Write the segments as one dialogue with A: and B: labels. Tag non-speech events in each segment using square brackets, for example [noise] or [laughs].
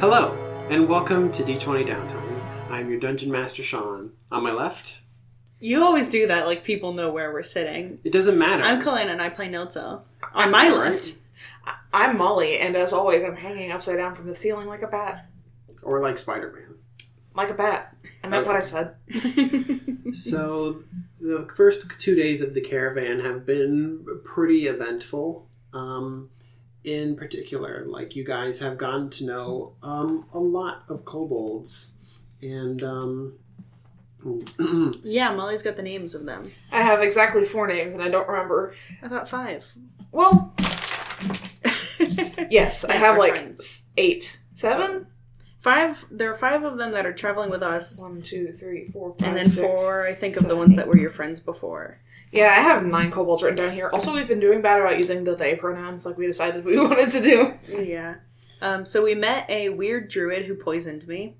A: Hello, and welcome to D20 Downtime. I'm your Dungeon Master Sean. On my left,
B: You always do that, like people know where we're sitting.
A: it doesn't matter.
B: I'm Colin and I play Nilto. On my left.
C: I'm Molly, and as always, I'm hanging upside down from the ceiling like a bat.
A: or like Spider
C: Like a bat. I meant what I said. [laughs]
A: Man. so, the first two days of the caravan have been pretty eventful. Um, in particular, like you guys have gotten to know um, a lot of kobolds, and um, [clears throat]
B: Yeah, Molly's got the names of them.
C: I have exactly four names, and I don't remember.
B: I thought five.
C: Well, yes, I
B: Yeah,
C: have
B: we're
C: like
B: friends.
C: s- eight, seven,
B: [laughs] Five there are five of them that are traveling with us.
C: one, two, three, four, five,
B: And then
C: six.
B: four, I think, of the
C: seven,
B: ones that were your friends before.
C: Yeah, I have nine kobolds written down here. Also, we've been doing bad about using the they pronouns, like we decided we [laughs] wanted to do.
B: Yeah. Um, so we met a weird druid who poisoned me.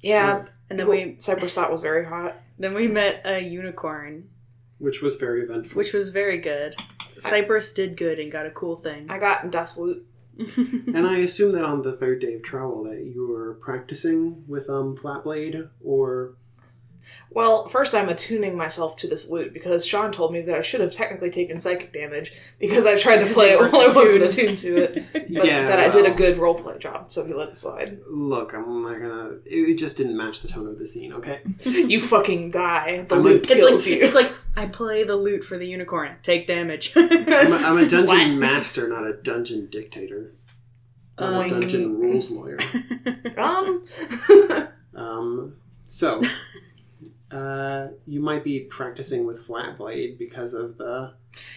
C: Yeah,
B: And then we
C: Cypress thought was very hot.
B: then we met a unicorn,
A: which was very eventful.
B: [laughs] which was very good. Cypress did good and got a cool thing.
C: I got dust loot.
A: And I assume that on the third day of travel that you were practicing with um Flatblade or
C: Well, first I'm attuning myself to this loot because Sean told me that I should have technically taken psychic damage because I tried
B: [laughs]
C: to play it while I wasn't attuned to it. But
A: Yeah,
C: that I did
A: well.
C: a good roleplay job, so he let it slide.
A: look, I'm not gonna it just didn't match the tone of the scene, okay?
C: You fucking die. The
A: I'm
C: loot
A: like-
B: it's
C: kills
B: like,
C: you.
B: It's like I play the loot for the unicorn, take damage.
A: I'm a, I'm
C: [laughs]
A: a dungeon
B: What?
A: master, not a dungeon dictator. I'm
C: Oh,
A: a
B: Um,
A: dungeon rules lawyer.
C: [laughs] um
A: Um
C: [laughs]
A: so uh you might be practicing with Flatblade because of the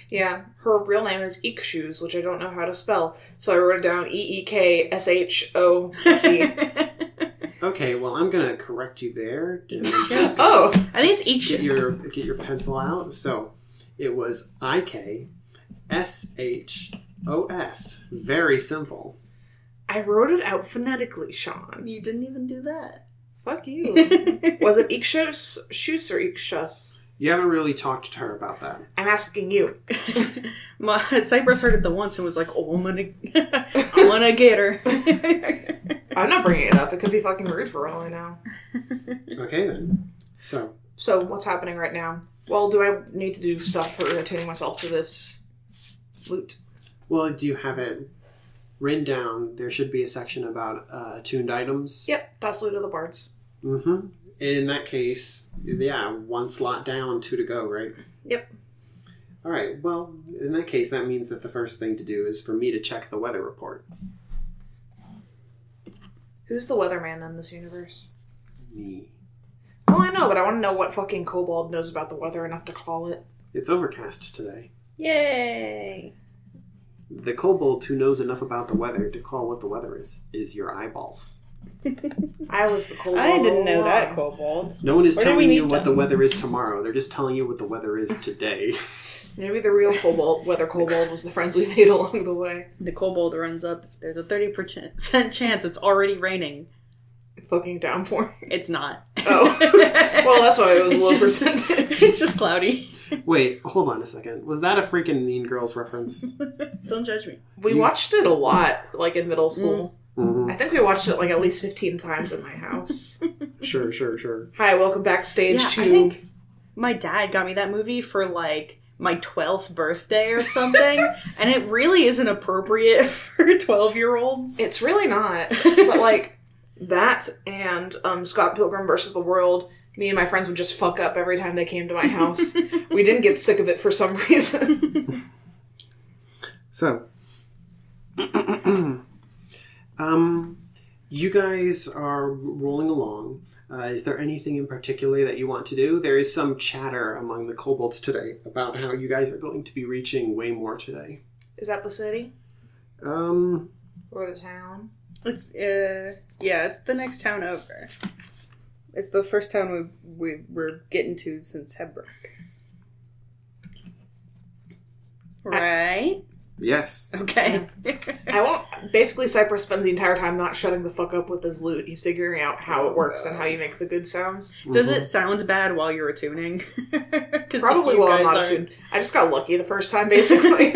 C: Yeah. Her real name is Eek Shoes, which I don't know how to spell, so I wrote it down E E K S H O
B: [laughs]
C: [laughs] C.
A: Okay, well I'm gonna correct you
C: [laughs]
A: there. and
B: Yes.
A: just-
C: Oh.
B: I think it's
A: Get
B: Ixius.
A: your get your pencil out. So it was I K S H O S. Very simple.
C: I wrote it out phonetically, Sean.
B: You didn't even do that.
C: Fuck [laughs] you. was it Eek Shoes Shoes or Eek Shoes?
A: You haven't really talked to her about that.
C: I'm asking you.
B: [laughs] My, Cypress heard it the once and was like, "Oh, I'm gonna, [laughs] I wanna get her."
C: I'm not bringing it up. It could be fucking rude for all I know.
A: Okay then. So
C: So, what's happening right now? Well, do I need to do stuff for attuning myself to this loot?
A: well, do you have it written down? There should be a section about uh, tuned items.
C: Yep, that's loot of the bards.
A: Mm-hmm. In that case, yeah, one slot down, two to go, right?
C: Yep.
A: All right. Well, in that case, that means that the first thing to do is for me to check the weather report.
C: Who's the weatherman in this universe?
A: Me.
C: Well, I know, but I want to know what fucking kobold knows about the weather enough to call it.
A: It's overcast today.
B: [laughs] Yay! [laughs]
A: The kobold who knows enough about the weather to call what the weather is is your eyeballs.
C: I was the kobold.
B: I didn't
C: all
B: know that
C: along.
B: kobold.
A: No one is
B: Where do we
A: telling you
B: meet
A: what the
B: them?
A: weather is tomorrow. They're just telling you what the weather is today. [laughs]
C: Maybe the real kobold, weather kobold, was the friends we made [laughs] along the way.
B: The kobold runs up. There's a thirty percent chance it's already raining.
C: Fucking downpour.
B: [laughs] It's not. [laughs]
C: Oh. well, that's why it was
B: It's
C: low
B: just- [laughs]
C: percentage.
B: it's just cloudy.
A: Wait, hold on a second. Was that a freaking Mean Girls
B: [laughs]
A: reference?
B: Don't judge me.
C: We
A: You-
C: watched it a lot, like in
B: Mm.
C: middle school.
A: Mhm.
C: I think we watched it like at least 15 times in
B: [laughs]
C: my house.
A: Sure, sure, sure.
C: Hi, welcome backstage
B: Yeah,
C: to.
B: I think my dad got me that movie for like my 12th birthday or something,
C: [laughs]
B: and it really isn't appropriate [laughs] for 12 year olds.
C: It's really [laughs] not, but like that and um, Scott Pilgrim versus the World. Me and my friends would just fuck up every time they came to my [laughs] house. we didn't get sick of it for some [laughs] reason.
A: So, [clears throat] um, you guys are rolling along. Uh, is there anything in particular that you want to do? There is some chatter among the kobolds today about how you guys are going to be reaching Waymore today.
C: Is that the city
A: Um,
C: or the town?
B: It's, uh, yeah, it's the next town over. It's the first town we, we we're getting to since Hebrook. Right?
A: yes.
B: Okay.
C: I won't. Basically, Cypress spends the entire time not shutting the fuck up with his loot. He's figuring out how it works and how you make the good sounds.
B: [laughs] Does
A: Mm-hmm.
B: it sound bad while you're attuning? [laughs] 'Cause
C: Probably
B: you
C: while I'm
B: guys
C: not
B: aren't-
C: [laughs] attuned. I just got lucky the first time, basically.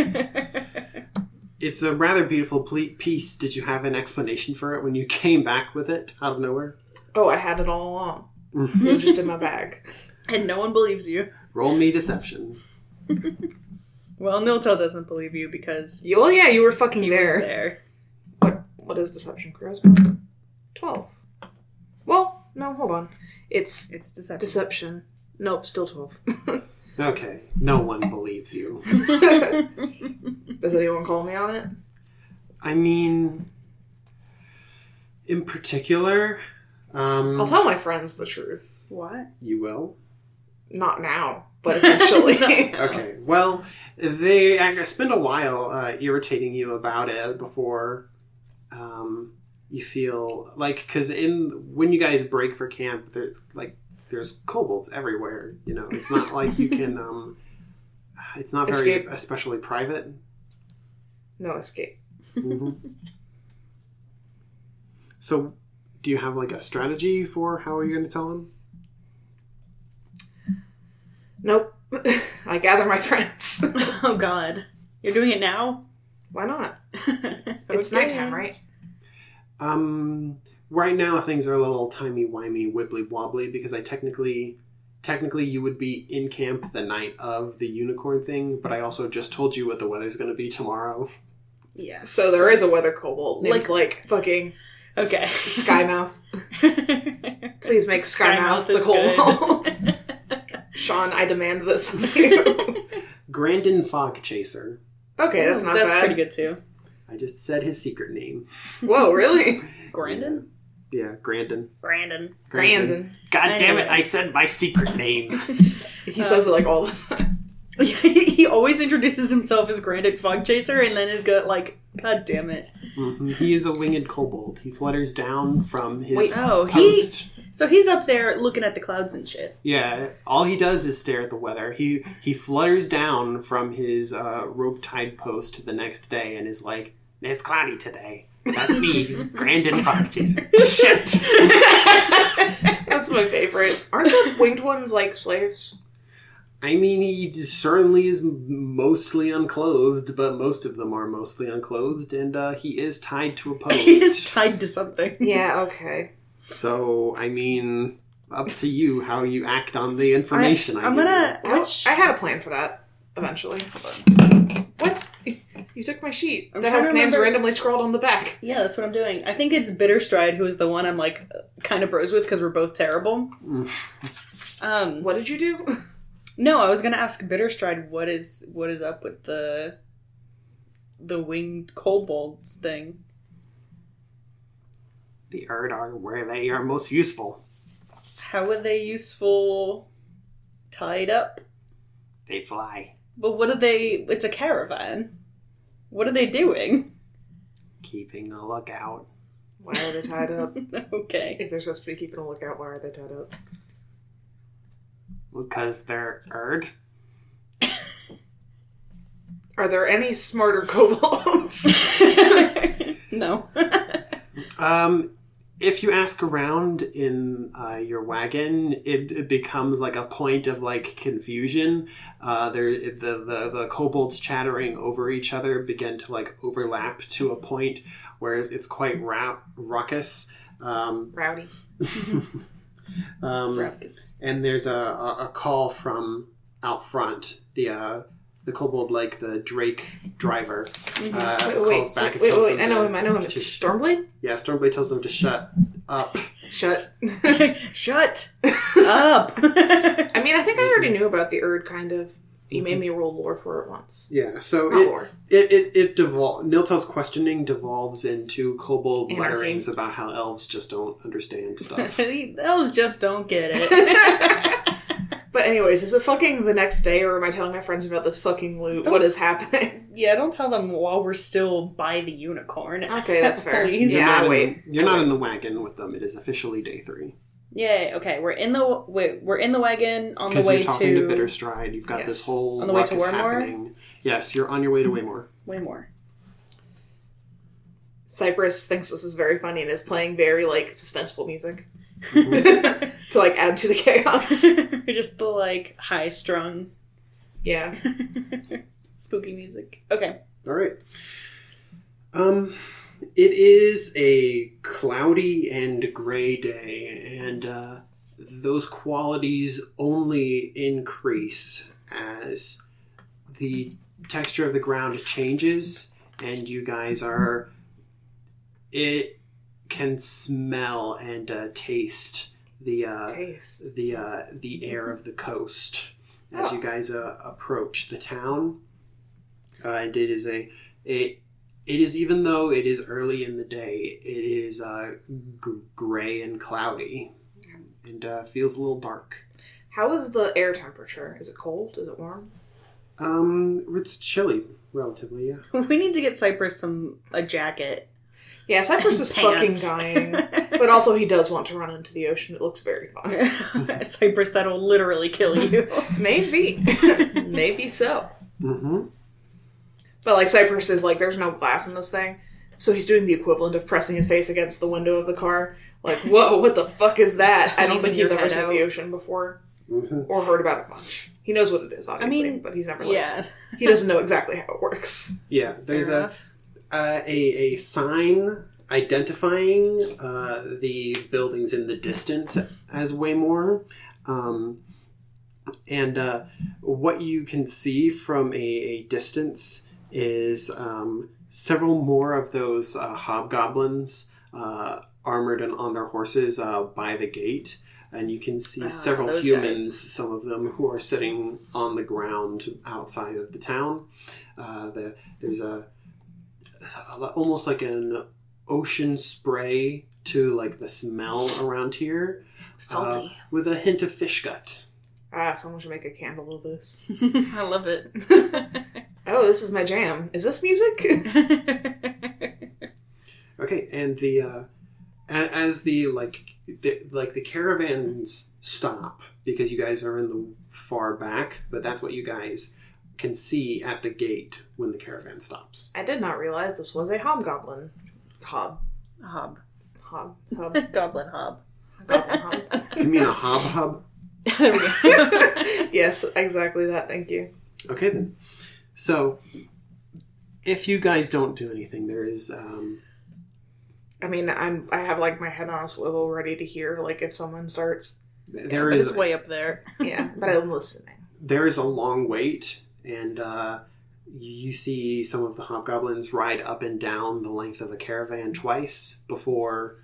A: It's a rather beautiful ple- piece. Did you have an explanation for it when you [laughs] came back with it out of
B: [laughs]
A: nowhere?
C: Oh, I had it all along. it was just in my bag.
B: [laughs]
C: [laughs]
B: and no one believes you.
A: Roll me deception.
B: Well, Nilto doesn't believe you because
C: You- Well, yeah, you were fucking
B: he
C: there.
B: was there.
C: What, what is deception charisma? 12. Well, no, hold on. It's
B: It's deceptive.
C: deception. Nope, still 12.
A: Okay, no one believes you.
C: [laughs] Does anyone call me on it?
A: I mean, in particular, um,
C: I'll tell my friends the truth.
B: what?
A: you will.
C: Not now, but eventually.
B: [laughs]
C: [laughs]
A: Okay. Well, they I spend a while uh, irritating you about it before um, you feel like because in when you guys break for camp, there's like there's kobolds everywhere. You know, it's not like you
C: [laughs]
A: can. Um, it's not very
C: Escape.
A: especially private.
C: No escape.
A: Mhm. so, do you have like a strategy for how are you going to tell them?
C: Nope. [laughs] I gather my
B: [laughs]
C: friends. [laughs]
B: Oh God, you're doing it now. [laughs]
C: Why not? It's
B: Okay.
C: nighttime, right?
A: Um, right now things are a little timey wimey, wibbly wobbly because I technically, technically you would be in camp the night of the unicorn thing, but I also just told you what the weather's going to be tomorrow.
B: Yes.
C: So there is a weather kobold named
B: Like-
C: like, fucking
B: Okay. [laughs]
C: Skymouth. Please make Skymouth,
B: Skymouth
C: the
B: is good.
C: kobold. [laughs] Sean, I demand this of you. [laughs]
A: Grandin Fog Chaser.
C: okay, that's not
B: Oh, That's
C: bad.
B: pretty good too.
A: I just said his secret name.
C: Whoa, really?
B: Grandin.
A: Yeah, Grandin.
B: Grandin.
C: Grandin.
A: God
B: I
A: damn
B: know
A: it!
B: it.
A: I said my secret name. [laughs]
C: He says it like all the [laughs] time.
B: [laughs] he always introduces himself as Grandin Fog Chaser, and then is good like, God damn it.
A: Mhm. He is a winged kobold. He flutters down from his
C: Wait,
B: Oh, he.
A: post.
B: So he's up there looking at the clouds and shit.
C: [laughs]
B: [laughs]
A: Yeah, all he does is stare at the weather. He he flutters down from his uh, rope tied post to the next day and is like, "It's cloudy today. That's
B: [laughs]
A: me, Grandin Fox Chaser." Shit.
C: That's my favorite. Aren't the winged ones like slaves?
A: I mean, he certainly is mostly unclothed, but most of them are mostly unclothed, and uh, he is tied to a post.
B: [laughs] He is tied to something.
C: Yeah, okay.
A: so, I mean, up to you how you act on the information. I,
B: I'm
A: give
B: gonna.
C: I-
B: Which
C: I had a plan for that eventually. What? You took my sheet
B: I'm
C: that
B: trying
C: has
B: to
C: names
B: remember-
C: randomly scrawled on the back.
B: Yeah, that's what I'm doing. I think it's Bitterstride who is the one I'm like kind of bros with because we're both terrible. um,
C: What did you do?
B: no, I was gonna ask Bitterstride what is what is up with the the winged kobolds thing.
A: you. The Erd are where they are most useful.
B: How are they useful tied up?
A: They fly.
B: But what are they? It's a caravan. What are they doing? [laughs]
A: keeping a lookout.
C: Why are they tied up? [laughs]
B: okay. [laughs]
C: If they're supposed to be keeping a lookout, why are they tied up?
A: Because they're erd.
C: Are there any smarter kobolds?
B: no.
A: Um, if you ask around in uh, your wagon, it, it becomes like a point of like confusion. Uh, there, it- the, the the kobolds chattering over each other begin to like overlap to a point where it's quite ra- ruckus. Um, [laughs]
C: Rowdy.
A: um, and there's a, a, a call from out front. The uh, the kobold, like the Drake driver, uh,
C: Wait,
A: calls
C: wait,
A: back. and
C: wait,
A: tells
C: wait,
A: them
C: I know
A: to-
C: him, I know him.
A: to
C: It's Stormblade?
A: Yeah, Stormblade tells them to shut up.
C: [laughs] Shut.
B: Shut [laughs] up. [laughs]
C: I mean, I think I already knew about the Erd, kind of. You made me roll lore for Mm-hmm. it once.
A: Yeah, so
C: Not lore.
A: it it it, it devol- Niltel's questioning devolves into kobold
C: Anarchy.
A: letterings about how elves just don't [laughs] understand stuff.
B: [laughs] Those just don't get it. [laughs]
C: But anyways, is it fucking the next day, or am I telling my friends about this fucking loot? What is happening?
B: yeah, don't tell them while we're still by the unicorn.
C: [laughs] Okay, that's [laughs] fair.
B: Please.
A: You're
C: Yeah,
A: not
C: I
A: in-
C: wait.
A: You're not in the wagon with them. It is officially day three
B: Yay. Okay, we're in the wait, we're in the wagon on the
A: because
B: way
A: you're
B: to,
A: talking to, Bitterstride. You've got
C: Yes.
A: this whole
B: On the way to
A: ruckus
B: Warmore?
A: happening. Yes, you're on your way to Waymore.
B: way [laughs] more.
C: Cypress thinks this is very funny and is playing very like suspenseful music to like add to the [laughs] chaos.
B: we're just the like high strung
C: Yeah,
B: spooky music. Okay. [laughs]
A: All right. Um, it is a cloudy and gray day, and uh, those qualities only increase as the texture of the ground changes, and you guys are. It can smell and uh, taste the uh,
C: Taste.
A: the uh, the air of the coast as
B: Ah.
C: Oh.
A: you guys uh, approach the town. Uh, and it is a it it is even though it is early in the day, it is uh, g- gray and cloudy, and uh, feels a little dark.
C: How is the air temperature? Is it cold? Is it warm?
A: Um, it's chilly, relatively. Yeah.
B: We need to get Cypress some a jacket. [laughs]
C: Yeah, Cypress is fucking
B: Pants.
C: dying. But also, he does want to run into the ocean. It looks very fun. [laughs]
B: Cypress, that'll literally kill [laughs] you.
C: Maybe. Maybe so.
A: Mm-hmm.
C: But like Cypress is like, there's no glass in this thing. So he's doing the equivalent of pressing his face against the window of the car. Like, whoa, what the fuck is that?
B: Just
C: I don't think
B: leaving
C: he's
B: your
C: ever
B: head
C: seen
B: out.
C: the ocean before
A: Mm-hmm.
C: or heard about it much. He knows what it is, obviously,
B: mean,
C: but he's never like,
B: yeah,
C: he doesn't know exactly how it works.
A: Yeah. There's
B: fair
A: a,
B: enough. [laughs]
A: a a a sign identifying uh, the buildings in the distance as Waymore. Um, and uh, what you can see from a, a distance is um, several more of those uh, hobgoblins uh, armored and on their horses uh, by the gate. And you can see
B: Ah,
A: several
B: those
A: humans,
B: guys.
A: some of them, who are sitting on the ground outside of the town. Uh, the, there's a, almost like an ocean spray to like the smell around here
B: [laughs] salty.
A: uh, with a hint of fish gut.
C: Ah, someone should make a candle of this.
B: I love [laughs] it.
C: Oh, this is my jam. Is this music? [laughs]
A: Okay, and the uh, a- as the like the, like the caravans stop because you guys are in the far back, but that's what you guys can see at the gate when the caravan
B: [laughs]
A: stops.
C: I did not realize this was a hobgoblin. Hob.
B: hob,
C: Hob. Hob.
B: goblin hob. [laughs]
C: Goblin hob.
A: You mean a hob hob?
B: There we go. [laughs]
C: yes, exactly that. Thank you.
A: Okay then. So if you guys don't do anything, there is um,
C: I mean, I'm I have like my head on a swivel, ready to hear like if someone starts.
A: th- there
B: but
A: is
B: it's way up there.
C: Yeah, [laughs] but I'm listening.
A: there is a long wait, and uh, you see some of the hobgoblins ride up and down the length of a caravan twice before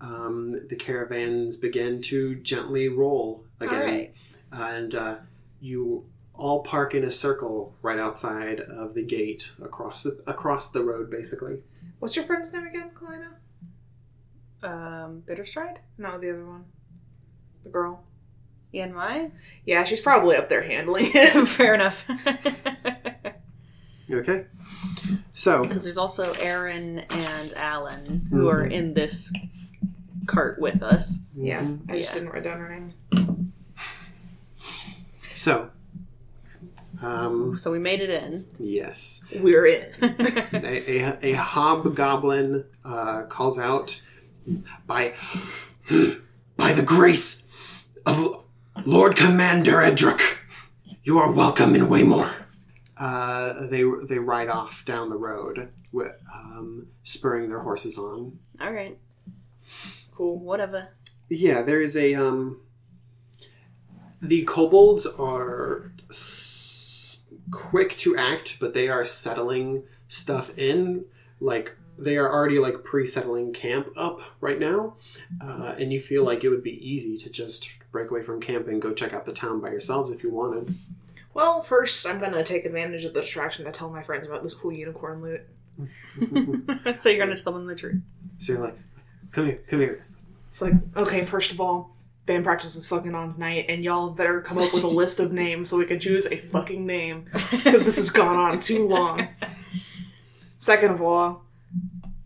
A: um, the caravans begin to gently roll again.
B: All right.
A: And uh, you all park in a circle right outside of the gate across the, across the road, basically.
C: What's your friend's name again, Kalina?
B: Um, Bitterstride,
C: No, the other one, the girl.
B: [laughs] Yanmai.
C: Yeah, she's probably up there handling it.
B: Fair enough.
A: Okay. So
B: [laughs] Because there's also Aaron and Alan who are
A: Mhm.
B: in this cart with us.
C: yeah, I just
B: Yeah.
C: didn't write down her name.
A: so um,
B: So we made it in.
A: yes.
C: We're in.
A: a, a, a hobgoblin uh, calls out by by the grace of Lord Commander Edric, you are welcome in Waymore. Uh, they they ride off down the road, wi- um, spurring their horses on.
B: [laughs] All right.
C: Cool.
B: Whatever. [laughs]
A: Yeah, there is a um. The kobolds are s- quick to act, but they are settling stuff in. Like they are already like pre-settling camp up right now, uh, and you feel like it would be easy to just break away from camp and go check out the town by yourselves if you wanted.
C: Well, first I'm gonna take advantage of the distraction to tell my friends about this cool unicorn loot.
B: so you're gonna tell them the [laughs] truth.
A: So you're like, "Come here, come here."
C: It's like, okay, first of all, band practice is fucking on tonight, and y'all better come up with a list of names so we can choose a fucking name because this
B: [laughs]
C: has gone on too long. Second of all,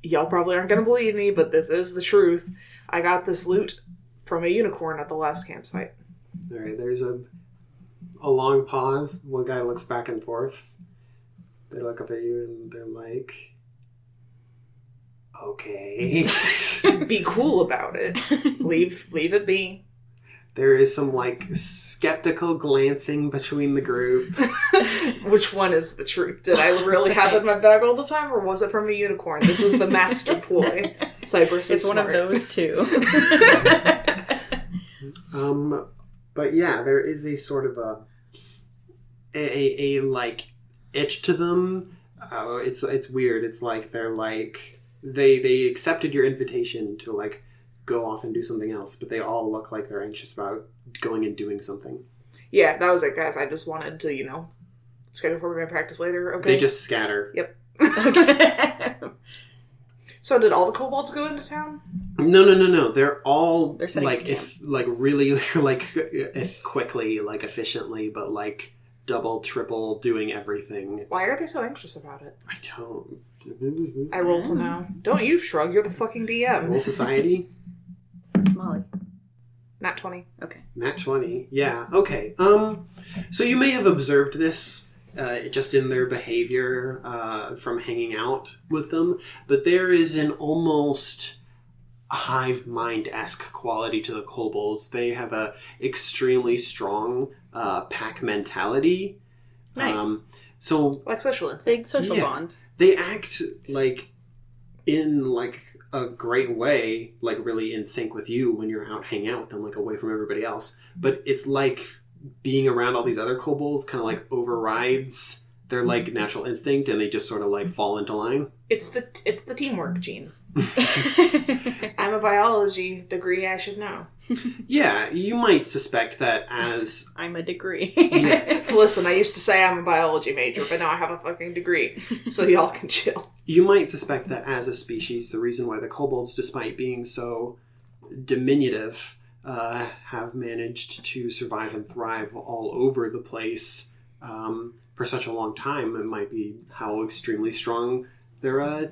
C: y'all probably aren't gonna believe me, but this is the truth. I got this loot from a unicorn at the last campsite.
A: All right, there's a a long pause. One guy looks back and forth. They look up at you and they're like, "Okay."
C: Be cool about it. Leave leave it be.
A: There is some like skeptical glancing between the group.
C: Which one is the truth? Did I really have it in my bag all the time, or was it from a unicorn? This is the master ploy. Cypress is
B: It's one of
C: smart.
B: those [laughs] two.
A: Um, but yeah, there is a sort of a a, a, a like itch to them. Uh, it's it's weird. It's like they're like they they accepted your invitation to like go off and do something else, but they all look like they're anxious about going and doing something.
C: Yeah, that was it, guys. I just wanted to, you know, schedule for band practice later. Okay.
A: They just scatter.
C: so did all the kobolds go into town?
A: No, no, no, no. They're all
B: They're setting
A: like
B: up camp.
A: if like really [laughs] like if quickly, like efficiently, but like double, triple, doing everything. It's-
C: Why are they so anxious about it?
A: I don't. [laughs]
C: I roll
B: Mm.
C: to know. Don't you shrug? You're the fucking
A: Roll
C: DM.
A: society.
B: Molly.
C: Not twenty.
A: Nat 20. Yeah. Okay. Um, so you may have observed this uh, just in their behavior uh, from hanging out with them, but there is an almost hive mind esque quality to the kobolds. They have a extremely strong uh, pack mentality. Um,
B: Nice.
A: so
C: Like social insight.
B: Big social
A: Yeah. [laughs]
B: bond.
A: they act like in like a great way like really in sync with you when you're out hanging out with them like away from everybody else but it's like being around all these other kobolds kind of like overrides their like natural instinct and they just sort of like fall into line
C: It's the it's the teamwork gene. I'm a biology degree. I should know.
A: yeah you might suspect that as
B: I'm a degree.
A: Yeah.
C: Listen, I used to say I'm a biology major, but now I have a
B: [laughs]
C: fucking degree, so y'all can chill.
A: you might suspect that as a species the reason why the kobolds despite being so diminutive uh, have managed to survive and thrive all over the place um, for such a long time it might be how extremely strong their uh,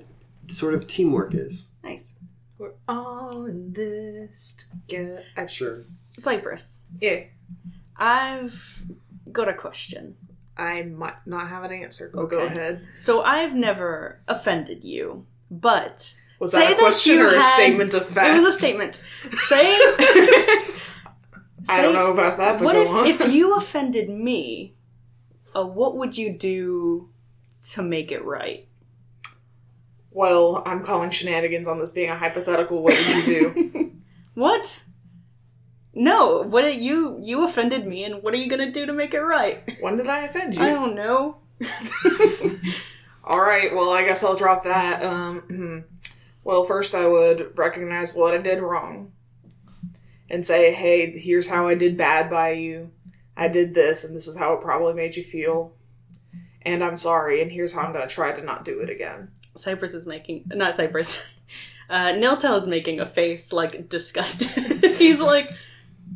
A: sort of teamwork is
B: nice.
C: We're all in this together. I-
B: Cypress.
C: Yeah.
B: I've got a question.
C: I might not have an answer. Go, go
B: Okay.
C: ahead.
B: So I've never offended you, but
C: Was
B: Say
C: that a
B: that
C: question
B: you
C: or a
B: had-
C: statement of fact?
B: it was a
C: [laughs]
B: statement. Say,
C: I
B: say-
C: don't know about that, but
B: What
C: go on.
B: if if you offended me? Uh, what would you do to make it right?
C: well, I'm calling shenanigans on this being a hypothetical. What would you
B: [laughs]
C: do?
B: What? No, what are you you offended me, and what are you gonna do to make it right?
C: when did I offend you?
B: I don't know.
C: All right, well, I guess I'll drop that. Um, hmm. well, first I would recognize what I did wrong and say, hey, here's how I did bad by you. I did this, and this is how it probably made you feel. And I'm sorry, and here's how I'm going to try to not do it again.
B: Cypress is making not Cypress. [laughs] Uh, Niltel is making a face like disgusted. [laughs] He's like,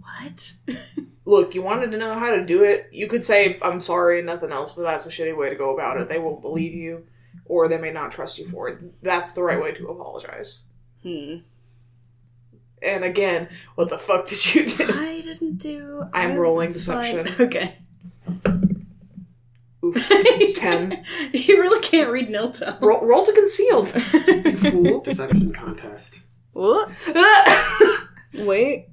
B: "What?
C: Look, you wanted to know how to do it. You could say, I'm sorry, and nothing else, but that's a shitty way to go about it. They won't believe you, or they may not trust you for it. That's the right way to apologize.
B: Hmm.
C: And again, what the fuck did you do? [laughs]
B: I didn't do.
C: I'm
B: I-
C: rolling
B: it's fine." [laughs]
C: deception.
B: Okay.
C: Oof. Ten.
B: You really can't read Niltel.
C: Roll, roll to [laughs]
A: [laughs]
C: conceal, fool.
A: deception contest
B: What? Wait.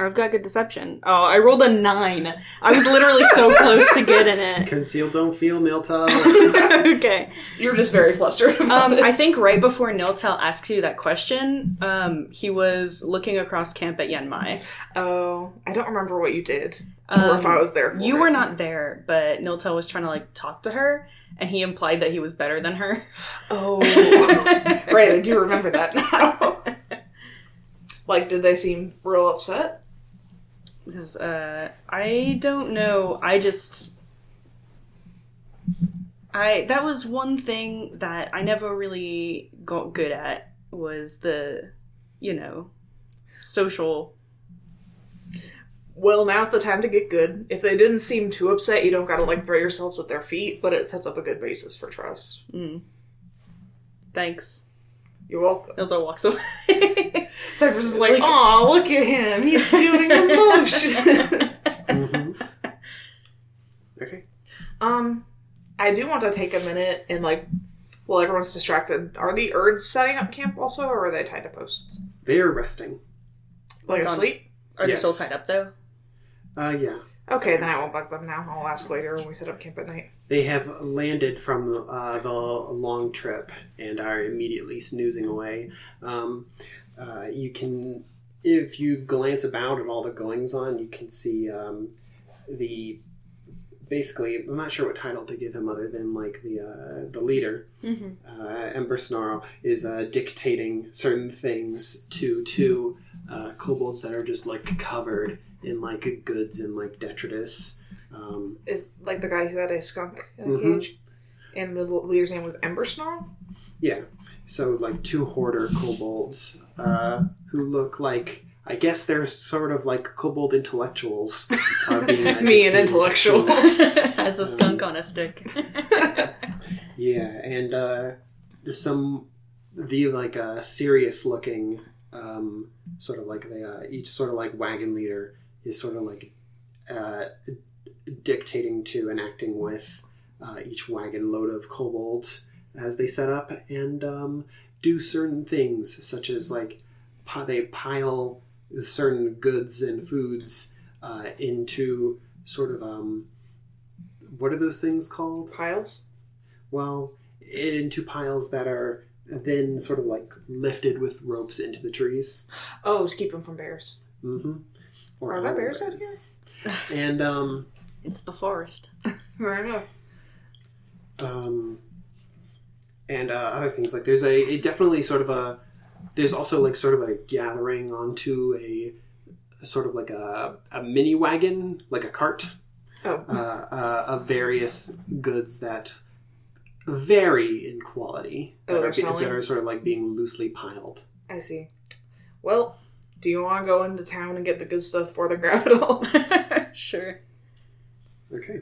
B: I've got good deception. Oh, I rolled a nine. I was literally so close to getting it. [laughs]
A: conceal don't feel [laughs] milta
B: okay.
C: You're just very flustered.
B: Um,
C: About
B: I
C: this.
B: think right before Niltel asks you that question, um, he was looking across camp at Yenmai.
C: Oh, I don't remember what you did, or
B: Um,
C: if I was there. For
B: You
C: it.
B: were not there, but Niltel was trying to like talk to her, and he implied that he was better than her.
C: Oh, [laughs] right. I do remember [laughs] that now. like, did they seem real upset?
B: This is, uh, I don't know. I just, I that was one thing that I never really got good at was the, you know, social.
C: Well, now's the time to get good. If they didn't seem too upset, you don't gotta like throw yourselves at their feet, but it sets up a good basis for trust.
B: mm, Thanks.
C: You're welcome.
B: Niltel walks away.
C: Cypress is
B: like-
C: like, "Aw, look at him. He's [laughs] doing emotions."
A: Mm-hmm. okay
C: Um, I do want to take a minute and like, while everyone's distracted, are the Erds setting up camp also, or are they tied to posts?
A: they are resting
C: Like
B: Done.
C: asleep?
B: [laughs] Are they
A: Yes.
B: still tied up though?
A: Uh, yeah.
C: Okay, then I won't bug them now. I'll ask later when we set up camp at night.
A: They have landed from uh, the long trip and are immediately snoozing away. Um, uh, you can, if you glance about at all the goings on, you can see um, the basically. I'm not sure what title to give him other than like the uh, the leader,
B: Mm-hmm.
A: uh, Ember Snarl, is uh, dictating certain things to two uh, kobolds that are just like covered in like goods and like detritus. Um,
C: Is like the guy who had a skunk in a
A: Mhm.
C: cage, and the leader's name was Ember Snarl.
A: Yeah. So like two hoarder kobolds uh, who look like I guess they're sort of like kobold intellectuals. Are
C: [laughs]
A: being
C: Me, an
A: educated.
B: [laughs]
C: intellectual.
B: As a skunk
C: Um,
B: on a stick. [laughs]
A: Yeah, and uh, there's some the like uh, serious looking um, sort of like they uh, each sort of like wagon leader is sort of like uh, dictating to and acting with uh, each wagon load of kobolds as they set up and um, do certain things such as like pi- they pile certain goods and foods uh, into sort of um, what are those things called
C: Piles.
A: well into piles that are then sort of like lifted with ropes into the trees
C: Oh, to keep him from bears.
A: mm-hmm. or
C: Are there bears out
A: here and um,
B: It's the forest.
C: Fair enough.
A: um and uh, other things like there's a, a definitely sort of a there's also like sort of a gathering onto a, a sort of like a, a mini wagon like a cart
C: Oh.
A: uh,
C: [laughs]
A: uh, of various goods that vary in quality
C: Oh,
A: that,
C: they're
A: are, be-
C: selling?
A: that are sort of like being loosely piled
C: I see. Well, do you want to go into town and get the good stuff for the grab it all? [laughs]
B: sure.
A: okay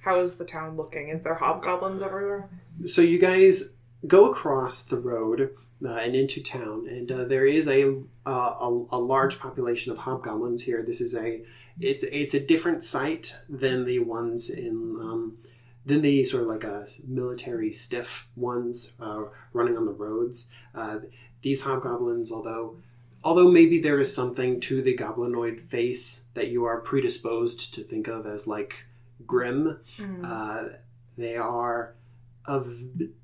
C: How is the town looking? Is there hobgoblins everywhere?
A: so you guys go across the road uh, and into town, and uh, there is a, uh, a a large population of hobgoblins here. This is a it's it's a different site than the ones in um, than the sort of like a military stiff ones uh, running on the roads. Uh, these hobgoblins, although although maybe there is something to the goblinoid face that you are predisposed to think of as like grim, uh, they are of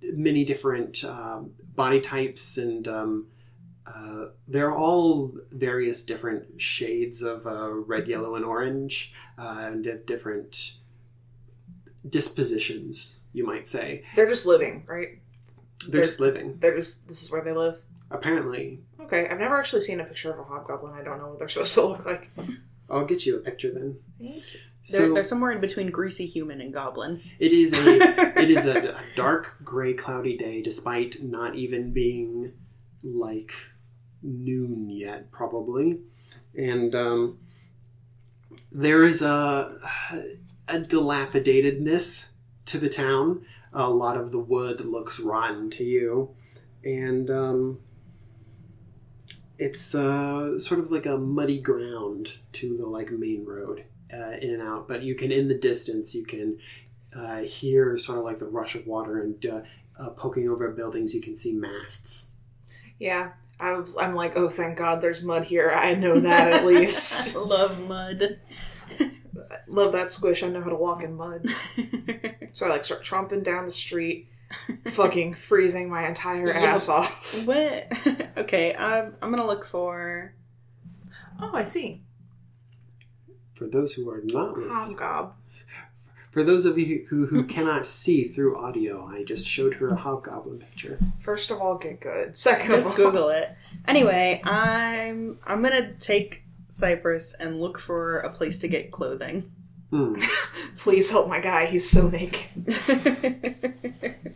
A: many different um body types, and um, uh, they're all various different shades of uh, red, yellow, and orange, uh, and di- different dispositions, you might say.
C: They're just living, right?
A: They're just living,
C: They're just this is where they live.
A: apparently.
C: Okay, I've never actually seen a picture of a hobgoblin. I don't know what they're [laughs] supposed to look like.
A: I'll get you a picture then.
B: they're,
A: So
B: they're somewhere in between greasy human and
C: [laughs]
B: goblin.
A: it is a
B: [laughs]
A: it is a, a dark gray cloudy day despite not even being like noon yet probably and um, there is a a dilapidatedness to the town a lot of the wood looks rotten to you and um, it's uh, sort of like a muddy ground to the like main road uh, in and out but you can in the distance you can uh, hear sort of like the rush of water and uh, uh, poking over buildings. You can see masts.
C: yeah, I was. I'm like, oh, thank God, there's mud here. I know
B: [laughs]
C: that [laughs] at least.
B: Love mud. [laughs]
C: Love that squish. I know how to walk in mud. So I like start tromping down the street, [laughs] fucking freezing my entire
B: Yeah.
C: ass off.
B: what? [laughs] okay, I'm, I'm gonna look for.
C: Oh, I see.
A: For those who are not lis-
C: Hobgob.
A: for those of you who, who cannot see through audio, I just showed her a hobgoblin picture.
C: First of all, get good. Second of all,
B: Just Google it. Anyway, I'm I'm gonna take Cyprus and look for a place to get clothing. [laughs]
A: Hmm.
C: please help my guy. He's so naked.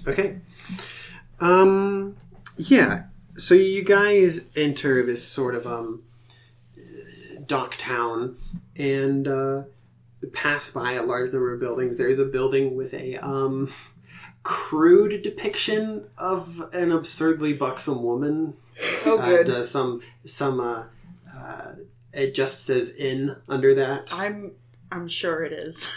A: Okay. Um. Yeah. So you guys enter this sort of um dock town and uh, pass by a large number of buildings. There is a building with a um crude depiction of an absurdly buxom woman.
C: Oh,
A: Uh,
C: good.
A: does some some uh, uh, it just says in under that.
B: I'm I'm sure it is.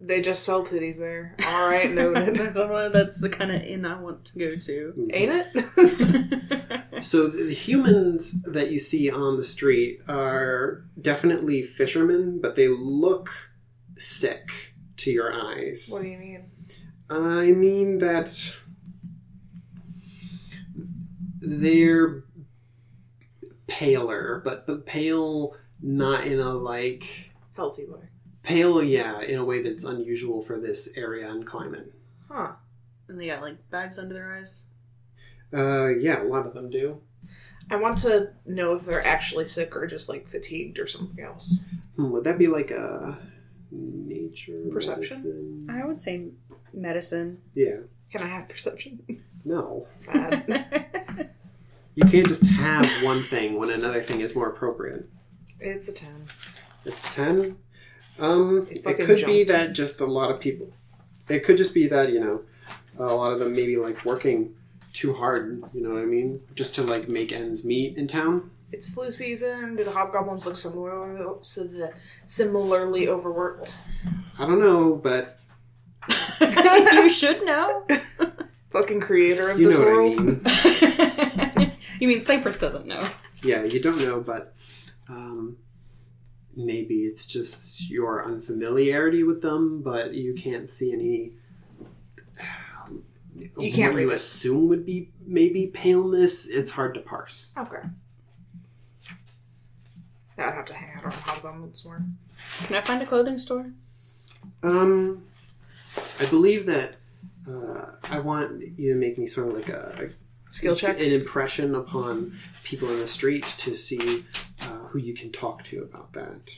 C: They just sell titties there. All
B: [laughs]
C: [laughs] right, noted.
A: Mm-hmm.
B: That's the kind of inn I want to go to.
C: [laughs] Ain't it?
A: So the humans that you see on the street are definitely fishermen, but they look sick to your eyes.
C: What do you mean?
A: I mean that they're paler, but the pale not in a like
C: Healthy way.
A: pale, yeah, in a way that's unusual for this area and climate.
C: Huh.
B: And they got like bags under their eyes.
A: Uh, yeah, a lot of them do.
C: I want to know if they're actually sick or just like fatigued or something else.
A: Hmm, would that be like a nature
C: Perception?
A: medicine?
B: I would say medicine.
A: Yeah.
C: Can I have perception?
A: No,
C: [laughs] Sad.
A: you can't just have one thing when another thing is more appropriate.
C: it's a 10.
A: It's ten. Um,
C: It
A: it,
C: fucking
A: could be
C: jumped.
A: that just a lot of people. It could just be that you know, a lot of them maybe like working too hard. You know what I mean? Just to like make ends meet in town.
C: It's flu season. Do the hobgoblins look similar, similarly overworked?
A: I don't know, but
B: [laughs] you should [laughs] know.
C: Fucking creator of
A: you
C: this
A: know what
C: world.
A: I mean.
B: you mean Cyprus doesn't know?
A: Yeah, you don't know, but um, maybe it's just your unfamiliarity with them, but you can't see any.
C: You can't
A: What you
C: read it.
A: assume would be maybe paleness. It's hard to parse.
C: Okay. Now I'd have to hang out on hobgoblins more.
B: Can I find a clothing store?
A: Um, I believe that uh, I want you to make me sort of like a
C: Skill check.
A: an impression upon people in the street to see uh, who you can talk to about that.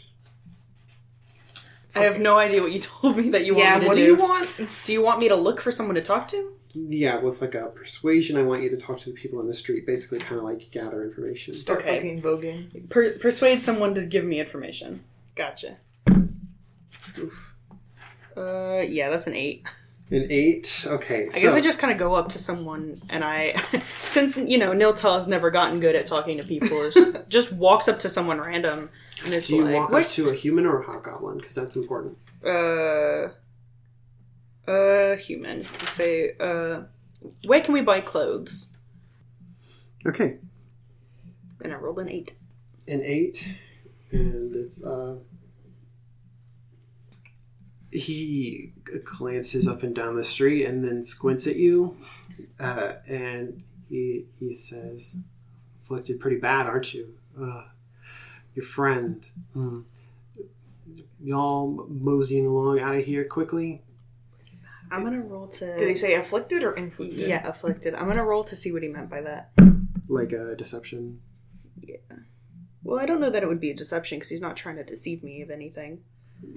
B: I have no idea what you told me that you
C: yeah,
B: want me to
C: what
B: do.
C: do you want?
B: Do you want me to look for someone to talk to?
A: Yeah, with like a persuasion, I want you to talk to the people in the street, basically, kind of like gather information.
C: Start
B: Okay.
C: fucking voguing.
B: Per- persuade someone to give me information. Gotcha. Uh, yeah, that's an eight.
A: An eight. Okay,
B: I guess I just kind of go up to someone and I, [laughs] since you know Niltal's never gotten good at talking to people, is
A: [laughs]
B: just walks up to someone random and is
A: do you
B: like,
A: walk
B: "What?
A: up to a human or a hobgoblin? Because that's important.
B: Uh, uh, human." And say, "Uh, where can we buy clothes?"
A: Okay,
B: And I rolled an eight.
A: an eight, and it's uh. He glances up and down the street and then squints at you, uh, and he he says, "Afflicted pretty bad, aren't you? Uh, your friend." Hmm. Y'all moseying along out of here quickly.
B: I'm gonna roll to.
C: Did he say afflicted or inflicted?
B: Yeah, afflicted. I'm gonna roll to see what he meant by that.
A: like a deception.
B: Well, I don't know that it would be a deception because he's not trying to deceive me of anything.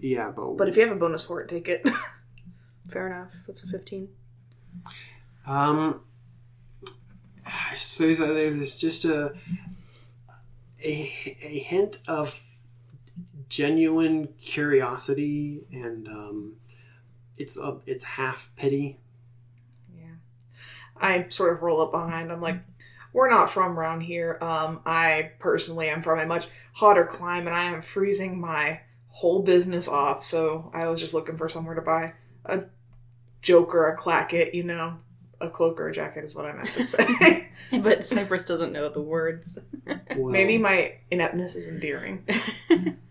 A: Yeah, but,
C: But if you have a bonus for it, take it. [laughs]
B: Fair enough. That's a [laughs] 15.
A: um, so there's a, there's just a, a a hint of genuine curiosity, and um, it's a, it's half pity.
C: Yeah. I sort of roll up behind. I'm like, we're not from around here. Um, I personally am from a much hotter climate. and I am freezing my whole business off. So I was just looking for somewhere to buy a joke or a clacket, you know, a cloak or a jacket is what I meant to say.
B: But Cypress doesn't know the words.
A: [laughs]
B: [laughs]
A: Well,
C: [laughs] [laughs] Maybe my ineptness is endearing.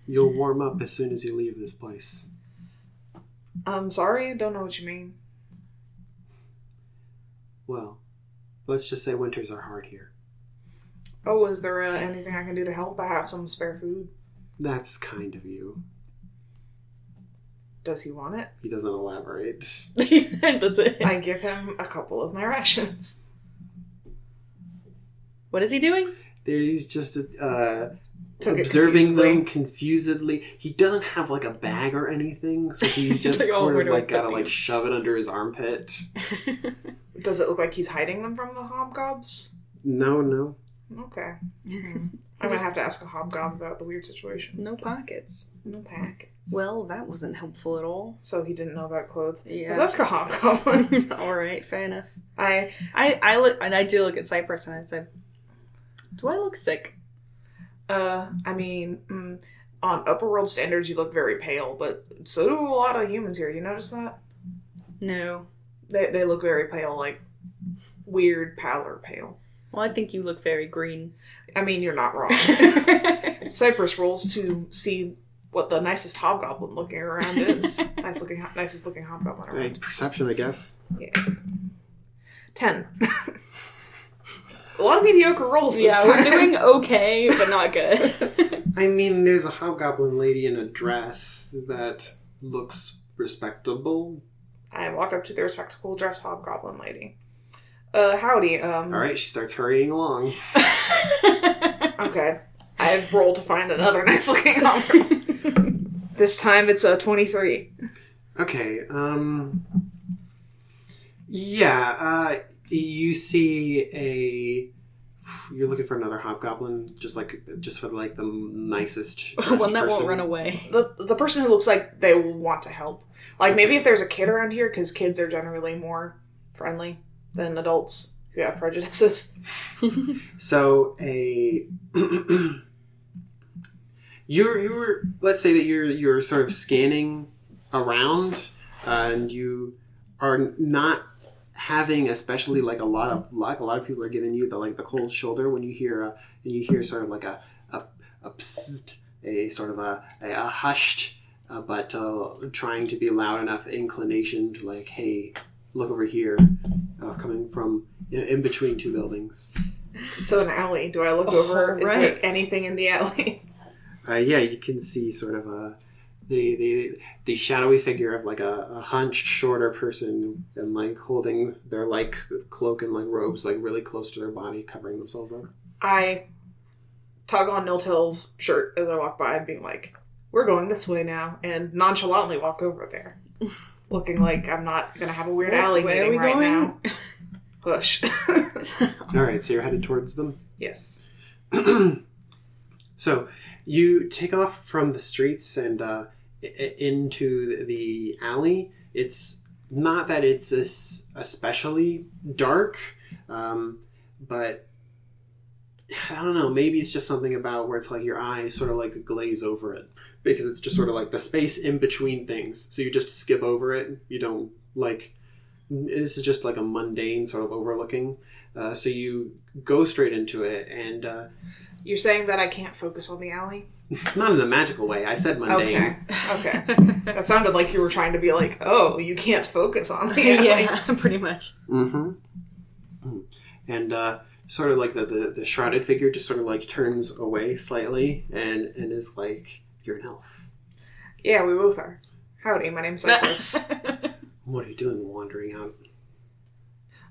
A: you'll warm up as soon as you leave this place.
C: I'm Um, sorry, don't know what you mean.
A: Well, let's just say winters are hard here.
C: Oh, is there uh, anything I can do to help? I have some spare food.
A: That's kind of you.
C: Does he want it?
A: He doesn't elaborate.
B: That's it.
C: I give him a couple of my rations.
B: What is he [laughs] doing?
A: There's just a. Uh,
C: Took it
A: observing them confusedly.
C: confusedly.
A: He doesn't have like a bag or anything, so he's [laughs]
B: He's
A: just
B: like, "Oh,
A: sort
B: where
A: of
B: do I
A: like
B: put
A: gotta like
B: these?"
A: shove it under his armpit.
C: Does it look like he's hiding them from the hobgobs?
A: No, no.
C: Okay. I'm gonna have to ask a hobgob about the weird situation.
B: no pockets.
C: No pack.
B: Well, that wasn't helpful at all.
C: So he didn't know about clothes.
B: Yeah.
C: Let's ask a hobgoblin.
B: all right, fair enough.
C: [laughs] I
B: I, I look and I do look at Cypress and I said, "Do I look sick?"
C: uh I mean mm, on upper world standards you look very pale, but so do a lot of humans here. You notice that?
B: No.
C: They they look very pale, like weird pallor pale.
B: Well, I think you look very [laughs] green.
C: I mean, you're
B: [laughs]
C: not wrong. Cypress rolls to see what the nicest hobgoblin looking around is. nice looking, nicest looking hobgoblin
A: Hey,
C: around.
A: perception, I guess.
C: Yeah. Ten. a lot of mediocre rolls. This
B: yeah, we're
C: time.
B: doing okay, but not [laughs] good.
A: I mean, there's a hobgoblin lady in a dress that looks respectable.
C: [laughs] I walk up to the respectable dress hobgoblin lady. Uh, howdy. Um,
A: All right, she starts hurrying along.
C: Okay. I roll to find another [laughs] nice looking hobgoblin. this time it's a twenty-three.
A: Okay. Um. Yeah. Uh. You see a. You're looking for another hobgoblin, just like just for like the [laughs] nicest dressed
B: One that
A: person.
B: won't run away.
C: the the person who looks like they will want to help. Like maybe if there's a kid around here, because kids are generally more friendly than adults who have prejudices. [laughs]
A: So a [clears throat] you're you're let's say that you're you're sort of scanning around uh, and you are not having especially like a lot of luck. A lot of people are giving you the like the cold shoulder when you hear a, and you hear sort of like a a a, psst, a sort of a a, a hushed uh, but uh, trying to be loud enough inclination to like hey look over here uh, coming from you know, in between two buildings.
C: So an alley. Do I look
B: Oh,
C: over? Is there
B: right.
C: anything in the alley?
A: Uh, yeah, you can see sort of a the the, the shadowy figure of like a, a hunched, shorter person, and like holding their like cloak and like robes like really close to their body, covering themselves up.
C: I tug on Niltel's shirt as I walk by, being like, "We're going this way now," and nonchalantly walk over
B: [laughs]
C: there, looking like I'm not gonna have a weird
B: Where-
C: alley
B: where are
C: meeting
B: we
C: right
B: going?
C: now. [laughs] Hush.
A: All right, so you're headed towards them.
C: [laughs] yes.
A: [clears throat] So you take off from the streets and uh, i- i- into the alley. It's not that it's es- especially dark, um, but I don't know. Maybe it's just something about where it's like your eyes sort of like glaze over it because it's just sort of like the space in between things. So you just skip over it. You don't like. This is just like a mundane sort of overlooking. Uh, so you go straight into it and. Uh,
C: You're saying that I can't focus on the alley?
A: not in a magical way. I said mundane.
C: Okay. Okay. that sounded like you were trying to be like, oh, you can't focus on the
B: [laughs] [laughs]
C: alley.
B: yeah, pretty much.
A: Mm-hmm. Hmm. And uh, sort of like the, the the shrouded figure just sort of like turns away slightly and and is like, "You're an elf.
C: Yeah, we both are. Howdy, my
B: [laughs]
C: name's Cypress.
A: What are you doing, wandering out?"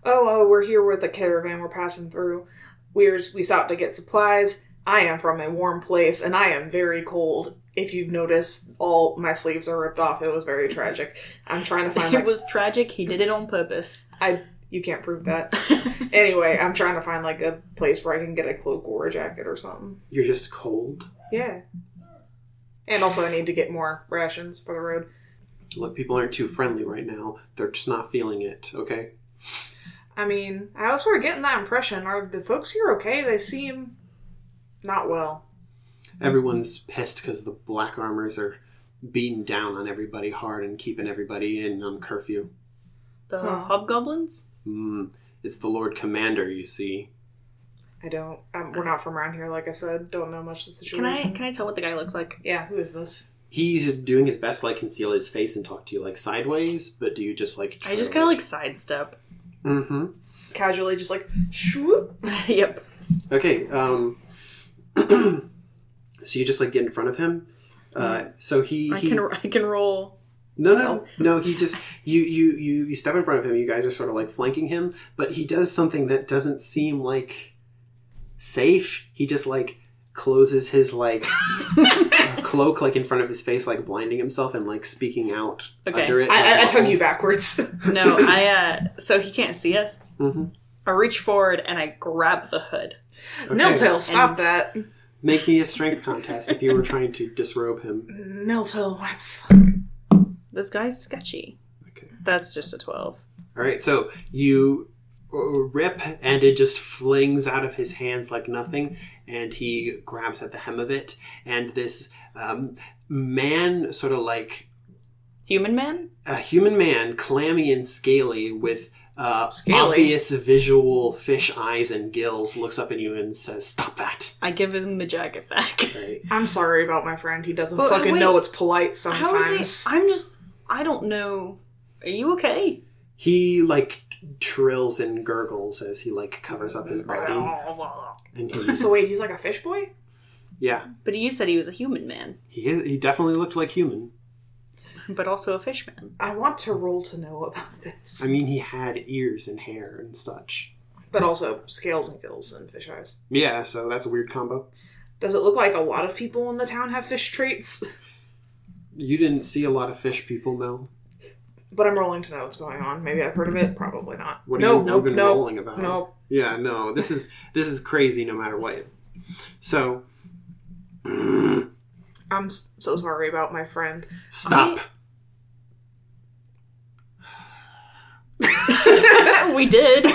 C: oh, oh, we're here with a caravan. We're passing through. We're we stopped to get supplies. I am from a warm place, and I am very cold. If you've noticed, all my sleeves are ripped off. It was very tragic. I'm trying to find.
B: it [laughs]
C: Like,
B: was tragic. He did it on [laughs] purpose.
C: I you can't prove that. anyway, I'm trying to find like a place where I can get a cloak or a jacket or something.
A: You're just cold.
C: Yeah. And also, I need to get more rations for the road.
A: Look, people aren't too friendly right now. They're just not feeling it. Okay.
C: I mean, I was sort of getting that impression. Are the folks here okay? They seem not well.
A: Everyone's pissed because the black armors are beating down on everybody hard and keeping everybody in on curfew.
B: The
C: Huh.
B: hobgoblins?
A: Mm, it's the Lord Commander, you see.
C: I don't. Um, we're not from around here, like I said. Don't know much of the
B: Can
C: situation.
B: I can I tell what the guy looks like?
C: Yeah. Who is this?
A: He's doing his best to like conceal his face and talk to you like sideways, but do you just like?
B: I just kind of like sidestep. [laughs]
A: Mm-hmm.
C: Casually, just like swoop.
B: yep.
A: Okay. Um. [clears throat] so you just like get in front of him. Uh, so he,
B: Mm-hmm. I
A: he-
C: [laughs]
B: can I can roll. [laughs]
A: no no no he just you you you you step in front of him. You guys are sort of like flanking him, but he does something that doesn't seem like safe. He just like closes his
B: [laughs]
A: like uh, cloak like in front of his face, like blinding himself and like speaking out
B: Okay.
A: under it.
C: I, I, I tug you backwards. [laughs]
B: No, I uh so he can't see us.
A: Mm-hmm.
B: I reach forward and I grab the hood.
C: Niltel, stop
B: And-
C: that.
A: Make me a strength contest if you were trying to disrobe him.
C: Niltel, why the fuck?
B: This guy's sketchy.
A: Okay.
B: That's just a twelve.
A: All right, so you uh, rip, and it just flings out of his hands like nothing, and he grabs at the hem of it, and this um, man, sort of like
B: Human man?
A: a human man, clammy and scaly, with uh,
C: Scaly.
A: obvious visual fish eyes and gills looks up at you and says, "Stop that!"
B: I give him the jacket back. [laughs]
A: Right?
C: I'm sorry about my friend. He doesn't
B: But
C: fucking
B: wait,
C: know it's polite
B: How
C: sometimes.
B: is he? I'm just. I don't know. Are you okay?
A: He like trills and gurgles as he like covers up his body, and he's
C: so wait, he's like a fish boy?
A: yeah,
B: But you said he was a human man,
A: he is, he definitely looked like human.
B: but also a fish man. [laughs]
C: I want to roll to know about this.
A: I mean, he had ears and hair and such.
C: but also scales and gills and fish eyes.
A: Yeah, so that's a weird combo.
C: Does it look like a lot of people in the town have fish traits? [laughs]
A: You didn't see a lot of fish people, no.
C: but I'm rolling to know what's going on. Maybe I've heard of it. Probably not.
A: What
C: no,
A: have you
C: nope,
A: been
C: nope,
A: rolling about?
C: nope.
A: Yeah, no. This is this is crazy, no matter what. So [clears throat]
C: I'm s- so sorry about my friend.
A: stop.
B: we did.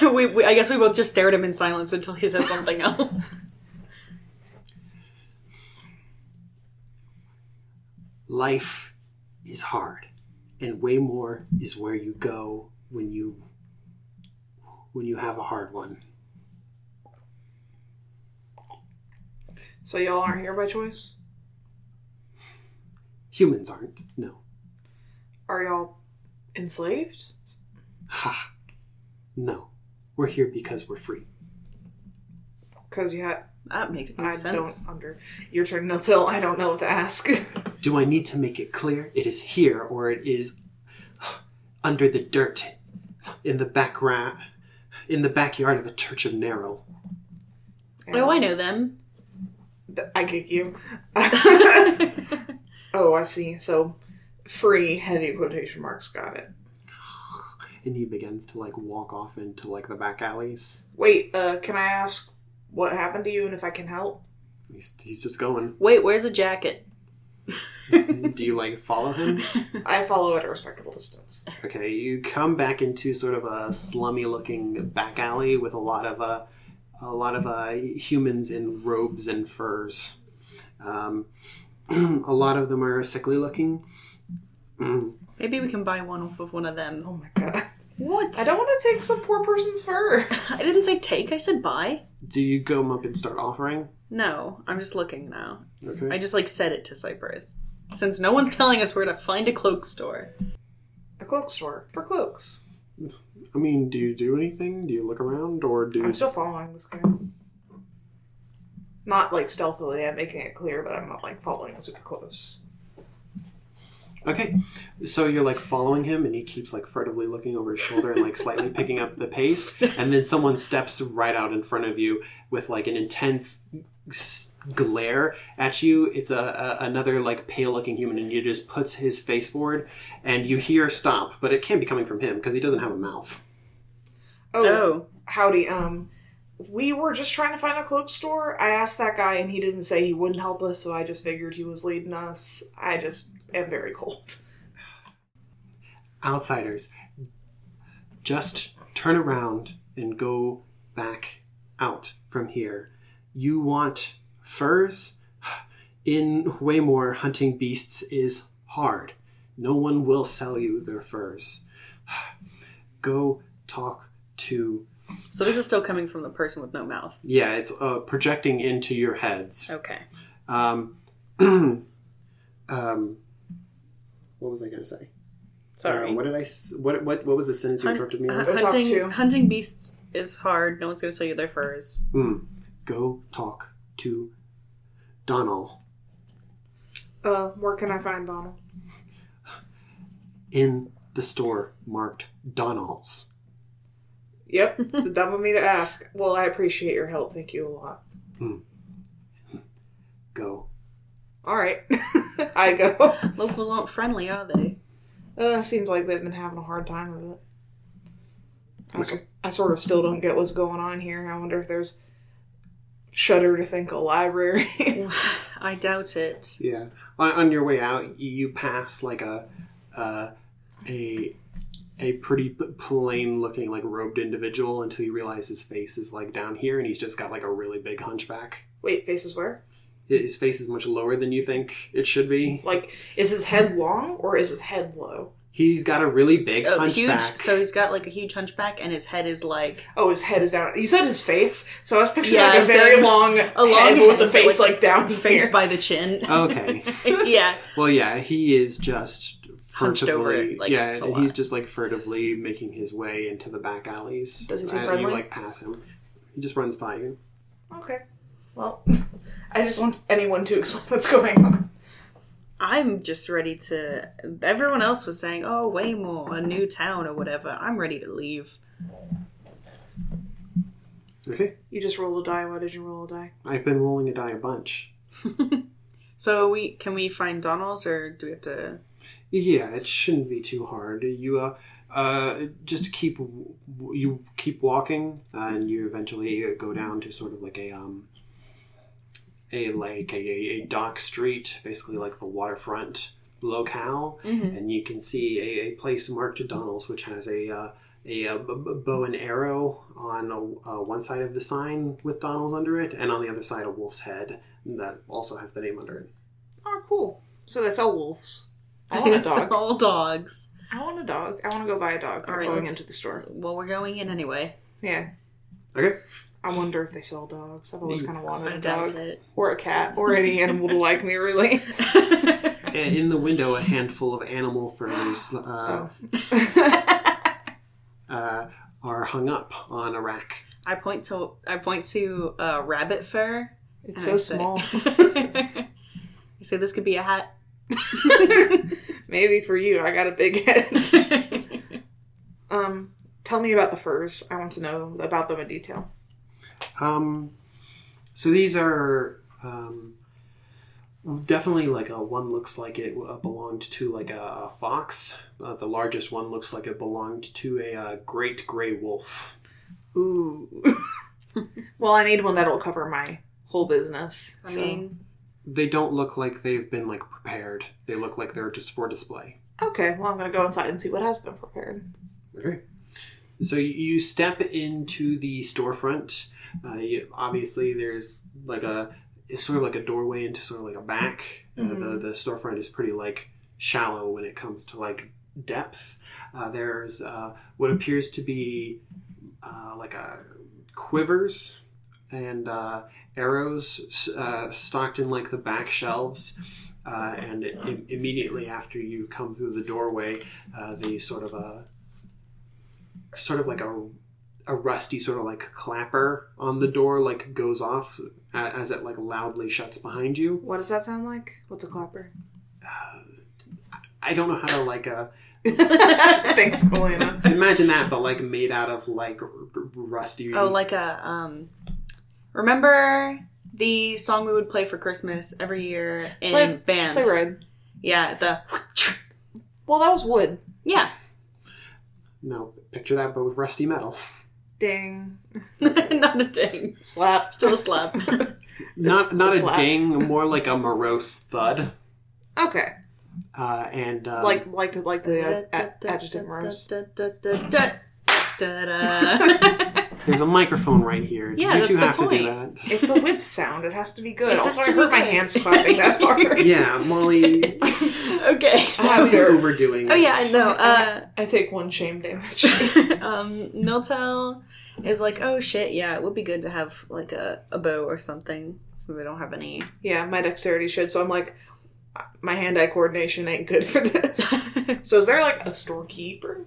B: [laughs] we, we, I guess we both just stared at him in silence until he said something [laughs] else.
A: Life is hard, and way more is where you go when you when you have a hard one.
C: So y'all aren't here by choice?
A: Humans aren't. No.
C: Are y'all enslaved?
A: Ha. No. We're here because we're free.
C: Because you had
B: That makes no
C: I
B: sense.
C: don't under your turn, no till I don't know what
B: [laughs]
C: to ask.
A: Do I need to make it clear? It is here, or it is under the dirt in the background, in the backyard of the Church of Narrow.
B: Oh, I know them.
C: I
B: [laughs]
C: kick you. oh, I see. So free heavy quotation marks. Got it.
A: And he begins to like walk off into like the back alleys.
C: Wait, uh, can I ask what happened to you and if I
B: [laughs]
C: can help?
A: He's, he's just going.
B: Wait, where's the jacket?
A: Do you like follow him?
C: I follow at a respectable distance.
A: Okay, you come back into sort of a slummy-looking back alley with a lot of uh, a lot of uh, humans in robes and furs. Um, [clears throat] a lot of them are sickly-looking. Mm.
B: Maybe we can buy one off of one of
C: Oh
B: them.
C: my
B: [laughs]
C: god.
B: What?
C: I don't want to take some poor person's fur.
B: I didn't say take. I said buy.
A: Do you go up and start offering?
B: No, I'm just looking now.
A: Okay.
B: I just like said it to Cypress, since no one's telling us where to find a cloak store.
C: A cloak store for cloaks.
A: I mean, do you do anything? Do you look around, or do
C: I'm still following this guy. Not like stealthily, I'm making it clear, but I'm not like following super close.
A: Okay, so you're like following him, and he keeps like furtively looking over his shoulder and like slightly picking up the pace. And then someone steps right out in front of you with like an intense s- glare at you. It's a, a another like pale-looking human, and he just puts his face forward, and you hear "stop," but it can't be coming from him because he doesn't have a mouth.
C: Oh,
B: Oh,
C: howdy. Um, we were just trying to find a cloak store. I asked that guy, and he didn't say he wouldn't help us, so I just figured he was leading us. I just am very cold.
A: Outsiders, just turn around and go back out from here. You want furs? [sighs] In Waymore, hunting beasts is hard. No one will sell you their furs. [sighs] Go talk to.
B: so this is still coming from the person with no mouth.
A: Yeah, it's uh, projecting into your heads.
B: Okay.
A: Um, um, [clears throat] what was I going to say?
B: Sorry.
A: Uh, what did I? s- What, what what was the sentence you
B: Hun-
A: interrupted me?
B: hu-
A: with?
C: Go talk to.
B: hunting hunting beasts is hard. No one's gonna sell you their furs.
A: Mm. Go talk to Donald
C: Uh, where can I find Donald?
A: in the store marked Donald's.
C: [laughs] Yep, dumb of me to ask. Well, I appreciate your help. Thank you a lot.
A: Go.
C: All right, [laughs] I go.
B: Locals aren't friendly, are they? [sighs]
C: Uh, seems like they've been having a hard time with it. I, s- I sort of still don't get what's going on here. I wonder if there's shudder to think a library. [laughs]
B: I doubt it.
A: Yeah. On, on your way out, you, you pass like a uh, a a pretty plain looking like robed individual until you realize his face is like down here and he's just got like a really big hunchback.
C: Wait, faces where?
A: His face is much lower than you think it should be.
C: Like, is his head long or is his head low?
A: He's got a really big
B: a huge.
A: hunchback.
B: So he's got like a huge hunchback, and his head is like
C: Oh, his head is down. You said his face, so I was picturing
B: Yeah,
C: like a
B: same.
C: very long,
B: a long
C: head,
B: head,
C: with the
B: but,
C: face like down
B: face
C: here.
B: by the chin.
C: [laughs]
B: [laughs]
A: okay.
B: yeah,
A: Well, yeah, he is just
B: Hunched
A: furtively.
B: over, like,
A: yeah,
B: a
A: he's
B: lot.
A: just like furtively making his way into the back alleys. Uh,
C: Does he seem
A: And You
C: friendly?
A: like pass him. He just runs by you.
C: Okay. Well, [laughs] I just want anyone to [laughs] explain what's going on.
B: I'm just ready to. Everyone else was saying, "Oh, Waymo, a new town or whatever." I'm ready to leave.
A: Okay.
C: You just rolled a die. Why did you roll a die?
A: I've been rolling a die a bunch.
B: So we can we find Donald's or do we have to?
A: Yeah, it shouldn't be too hard. You uh, uh, just keep w- you keep walking, uh, and you eventually go down to sort of like a um, a like a, a dock street, basically like the waterfront locale, and you can see a, a place marked Donald's, which has a uh, a, uh, b- b- bow and arrow on uh, one side of the sign with Donald's under it, and on the other side a wolf's head that also has the name under it.
C: Oh, cool. So that's all wolves. I
B: [laughs]
C: want a
B: It's
C: dog.
B: all dogs.
C: I want a dog. I want to go buy a dog.
B: All
C: We're
B: right,
C: going
B: let's-
C: into the store.
B: Well, we're going in anyway.
C: Yeah.
A: Okay.
C: I wonder if they sell dogs. I've always kind of wanted
B: I
C: a
B: doubt
C: dog. [laughs]
B: it. [laughs]
C: Or a cat. Or any animal to like me, really.
A: And in the window, a handful of animal furs
C: Oh,
A: uh, uh, are hung up on a rack.
B: I point to I point to uh, rabbit fur.
C: It's
B: and I
C: so
B: say-
C: small.
B: [laughs]
C: [laughs]
B: I say this could be a hat. [laughs]
C: Maybe for you. I got a big head. [laughs] Um, tell me about the furs. I want to know about them in detail.
A: Um, so these are um, definitely like a one looks like it uh, belonged to like a, a fox. Uh, the largest one looks like it belonged to a, uh great gray wolf.
C: Ooh. [laughs] well, I need one that'll cover my whole business.
B: I
C: so-
B: mean,
C: [laughs]
B: [laughs]
A: They don't look like they've been like prepared. They look like they're just for display.
C: okay. Well, I'm gonna go inside and see what has been prepared.
A: Okay. So you- you step into the storefront. Uh, you, obviously, there's like a it's sort of like a doorway into sort of like a back. Uh, the the storefront is pretty like shallow when it comes to like depth. Uh, there's uh, what appears to be uh, like a quivers and uh, arrows s- uh, stocked in like the back shelves. Uh, and im- immediately after you come through the doorway, uh, the sort of a sort of like a a rusty sort of like clapper on the door like goes off a- as it like loudly shuts behind you.
C: What does that sound like? What's
B: [laughs]
C: a clapper?
A: I don't know how to like uh,
C: Thanks, Colina.
A: imagine that, but like made out of like r- r- rusty.
B: oh, like a um. Remember the song we would play for Christmas every year in
C: Sleigh-
B: band?
C: Sleigh ride.
B: Yeah, the
C: Well, that was wood.
B: yeah. [laughs]
A: no, picture that, but with rusty metal.
C: Ding.
B: Not a ding.
C: Slap.
B: Still a slap.
A: [laughs] Not not
C: the
A: a
C: slap.
A: ding, more like a morose thud.
C: Okay.
A: Uh, and um,
C: like like like [laughs] the uh, a- adjective rose.
B: Da-da-da-da-da-da-da-da.
A: [laughs] there's a microphone right here. Did
B: Yeah,
A: you two have
B: that's the
A: to do that?
C: It's a whip sound. It has to be good.
B: It has
C: Also, I
B: to be
C: heard my
B: good.
C: hands clapping [laughs] that hard.
A: Yeah,
B: [laughs]
A: Molly,
B: [laughs] Okay. So,
A: Molly's overdoing.
B: [laughs] oh yeah,
A: it.
B: I
C: [laughs]
B: know. Uh,
C: I take one shame
B: [laughs]
C: damage.
B: um, Miltel is like, oh shit, yeah, it would be good to have like a, a bow or something, so they don't have any.
C: [laughs]
B: [laughs]
C: yeah, my dexterity should. So I'm like, my hand-eye coordination ain't good for [laughs] this. so is there like a storekeeper?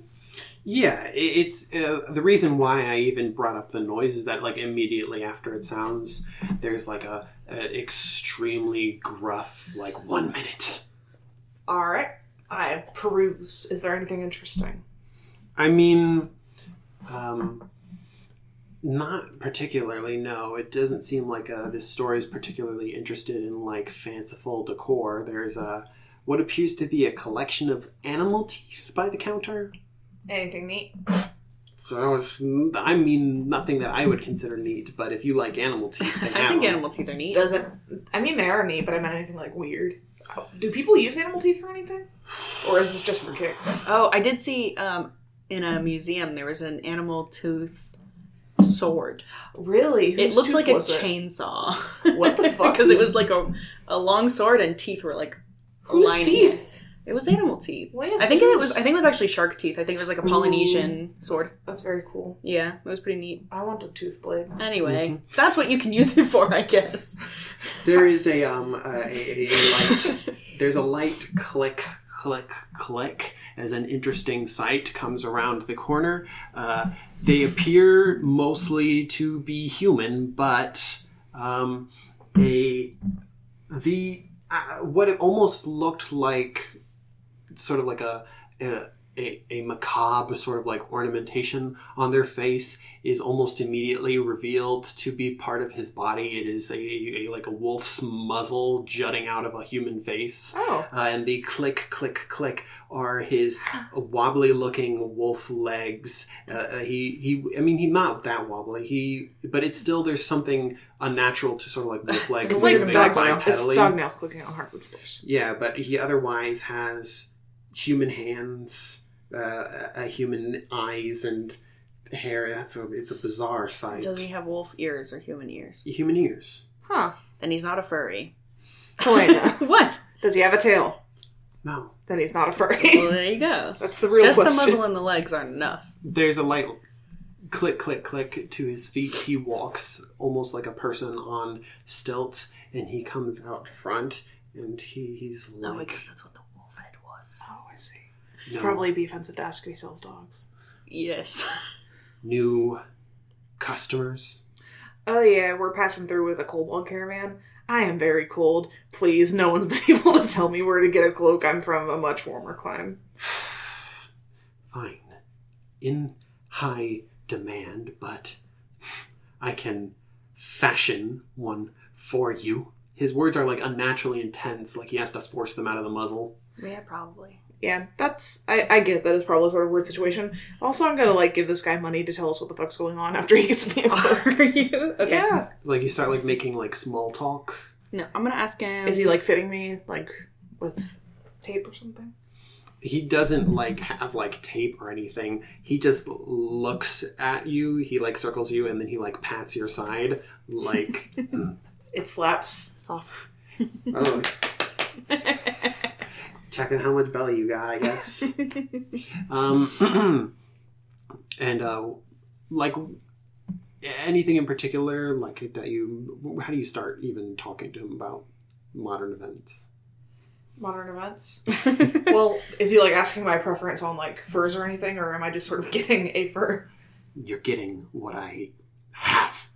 A: Yeah, i- it's uh, the reason why I even brought up the noise is that like immediately after it sounds, there's like a, a extremely gruff like one minute.
C: All right, I peruse. Is there anything interesting?
A: I mean, um, not particularly. No, it doesn't seem like uh, this story is particularly interested in like fanciful decor. There's a what appears to be a collection of animal teeth by the counter.
C: Anything neat?
A: So it's, I mean, nothing that I would consider neat. But if you like animal teeth, they
B: [laughs] I
A: have
B: think
A: them.
B: animal teeth are neat.
C: Does it? I mean, they are neat, but I meant anything like weird. Oh, Do people use animal teeth for anything, or is this just for kicks?
B: Oh, I did see um, in a museum there was an animal tooth sword.
C: Really?
B: It
C: Whose
B: looked
C: tooth
B: like a
C: was it?
B: chainsaw. [laughs]
C: What the fuck?
B: Because it was like a, a long sword and teeth were like
C: Whose
B: aligning.
C: teeth?
B: It was animal teeth.
C: Well, yes,
B: I think it
C: there's-
B: was. I think it was actually shark teeth. I think it was like a Polynesian sword.
C: that's very cool.
B: Yeah, it was pretty neat.
C: I want a tooth blade.
B: Anyway,
C: Mm-hmm.
B: that's what you can use it for, I guess.
A: There is a um a, a, a light. There's a light click click click as an interesting sight comes around the corner. Uh, they appear mostly to be human, but um, a the uh, what it almost looked like, sort of like a. a a, a macabre sort of like ornamentation on their face is almost immediately revealed to be part of his body. It is a, a like a wolf's muzzle jutting out of a human face.
C: Oh,
A: Uh, and the click, click, click are his wobbly-looking wolf legs. Uh, Uh, he, he, I mean, he's not that wobbly. He, but it's still there's something unnatural to sort of like
C: [laughs]
A: wolf legs.
C: it's like
A: moving
C: dog nails. It's
A: bipedally.
C: dog nails clicking on hardwood floors.
A: Yeah, but he otherwise has human hands, uh, a human eyes, and hair. That's a it's a bizarre sight.
B: [laughs] Does he have wolf ears or human ears?
A: human ears?
C: Huh?
B: Then he's not a furry. [laughs]
C: [laughs] Helena,
B: what?
C: does he have a tail?
A: No.
C: Then he's not a
B: Well,
C: furry.
B: there you go.
C: [laughs] that's the real
B: Just
C: question. [laughs]
B: the muzzle and the legs aren't enough.
A: There's a light click, click, click to his feet. He walks almost like a person on stilts, and he comes out front, and he, he's like,
B: No, because that's what the wolf head was.
C: Oh, I see. It's
A: "No,
C: probably be offensive to ask if he sells dogs.
B: Yes.
A: new customers.
C: Oh yeah, we're passing through with a kobold caravan. I am very cold. Please, no one's [laughs] been able to tell me where to get a cloak. I'm from a much warmer clime.
A: fine, in high demand, but I can fashion one for you. His words are like unnaturally intense, like he has to force them out of the muzzle.
B: Yeah,
C: [laughs]
B: probably.
C: Yeah, that's I, I get that is probably sort of a weird situation. Also, I'm gonna like give this guy money to tell us what the fuck's going on after he gets me. [laughs] a cloak.
B: Are you? Okay.
C: Yeah,
A: Like you start like making like small talk.
B: No, I'm gonna ask him.
C: is he like fitting me like with tape or something?
A: He doesn't like have like tape or anything. He just looks at you. He like circles you and then he like pats your side. [laughs] Like
C: It slaps [laughs] soft.
A: oh, [laughs] checking how much belly you got, I guess. [laughs] Um, [clears throat] and uh, like anything in particular, like that you, how do you start even talking to him about modern events?
C: Modern events. [laughs] well, is he like asking my preference on like furs or anything, or am I just sort of [laughs] getting a fur?
A: You're getting what I have.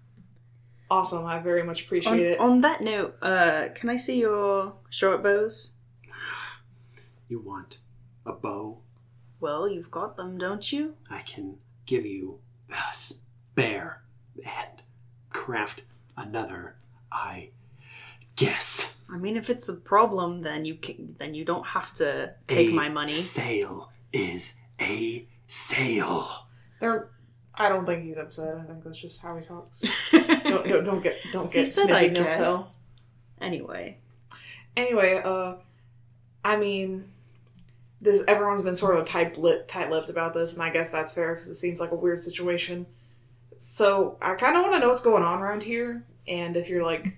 C: Awesome. I very much appreciate
B: on,
C: it.
B: on that note, uh, can I see your short bows?
A: You want a bow?
B: Well, you've got them, don't you?
A: I can give you a spare and craft another. I guess.
B: I mean, if it's a problem, then you can, then you don't have to take
A: A
B: my money. [laughs]
A: Sale is a sale.
C: They're, I don't think he's upset. I think that's just how
B: [laughs]
C: he talks.
B: he
C: [laughs] don't, don't, don't get don't get
B: said, "I
C: snippy no tell.
B: guess." Anyway,
C: Anyway, uh, I mean, this everyone's been sort of tight lip tight lipped about this, and I guess that's fair because it seems like a weird situation. So I kind of want to know what's going on around here, and if you're like,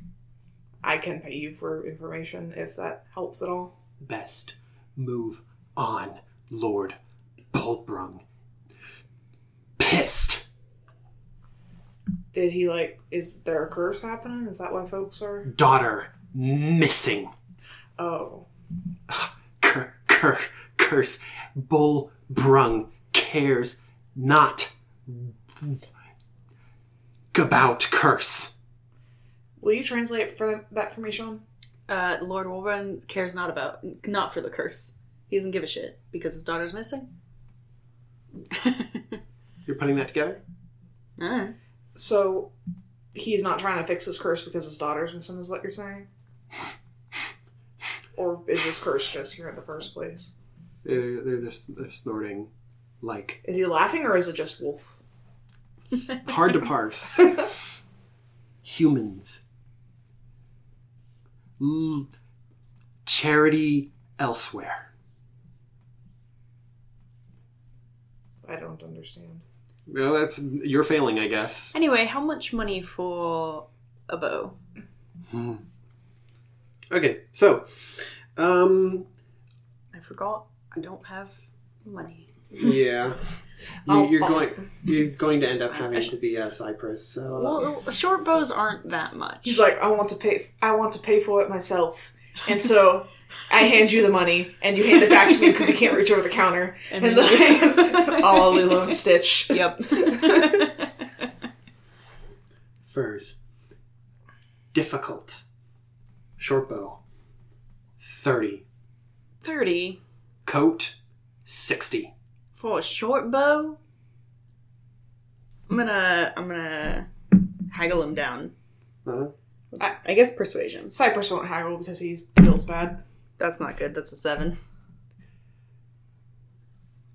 C: I can pay you for information if that helps at all.
A: best move on, Lord Baldbrung. Pissed.
C: Did he like? Is there a curse happening? Is that why folks are?
A: Daughter missing.
C: Oh,
A: Cur, cur, curse. Bullbrung cares not about curse.
C: will you translate for them, that for me, Sean?
B: uh, Lord Wolverine cares not about not for the curse. He doesn't give a shit because his daughter's missing.
A: You're putting that together?
B: Ah.
C: So he's not trying to fix his curse because his daughter's missing, is what you're saying? or is his curse just here in the first place?
A: They're, they're just they're snorting, like,
C: Is he laughing or is it just wolf?
A: hard to [laughs] parse. Humans. L- charity elsewhere.
C: I don't understand.
A: Well, that's you're failing, I guess.
B: Anyway, how much money for a bow?
A: Hmm. Okay, so, um,
B: I forgot I don't have money.
A: [laughs] Yeah. You,
C: Oh,
A: you're
C: oh.
A: going. You're going to end up having
B: Cypress.
A: to be a Cypress. So uh,
B: Well, short bows aren't that much.
C: He's like, I want to pay. I want to pay for it myself. And so [laughs] I hand you the money, and you hand it back to me because you can't reach over the counter.
B: And
C: And,
B: then- [laughs]
C: then I- all Lilo and Stitch.
B: yep.
A: furs. Difficult. Short bow. Thirty.
B: [laughs] Thirty
A: Coat. Sixty.
B: for a short bow. I'm gonna I'm gonna haggle him down.
A: [laughs] Uh,
B: I guess persuasion.
C: Cypress won't haggle because he feels bad.
B: That's not good. That's a seven.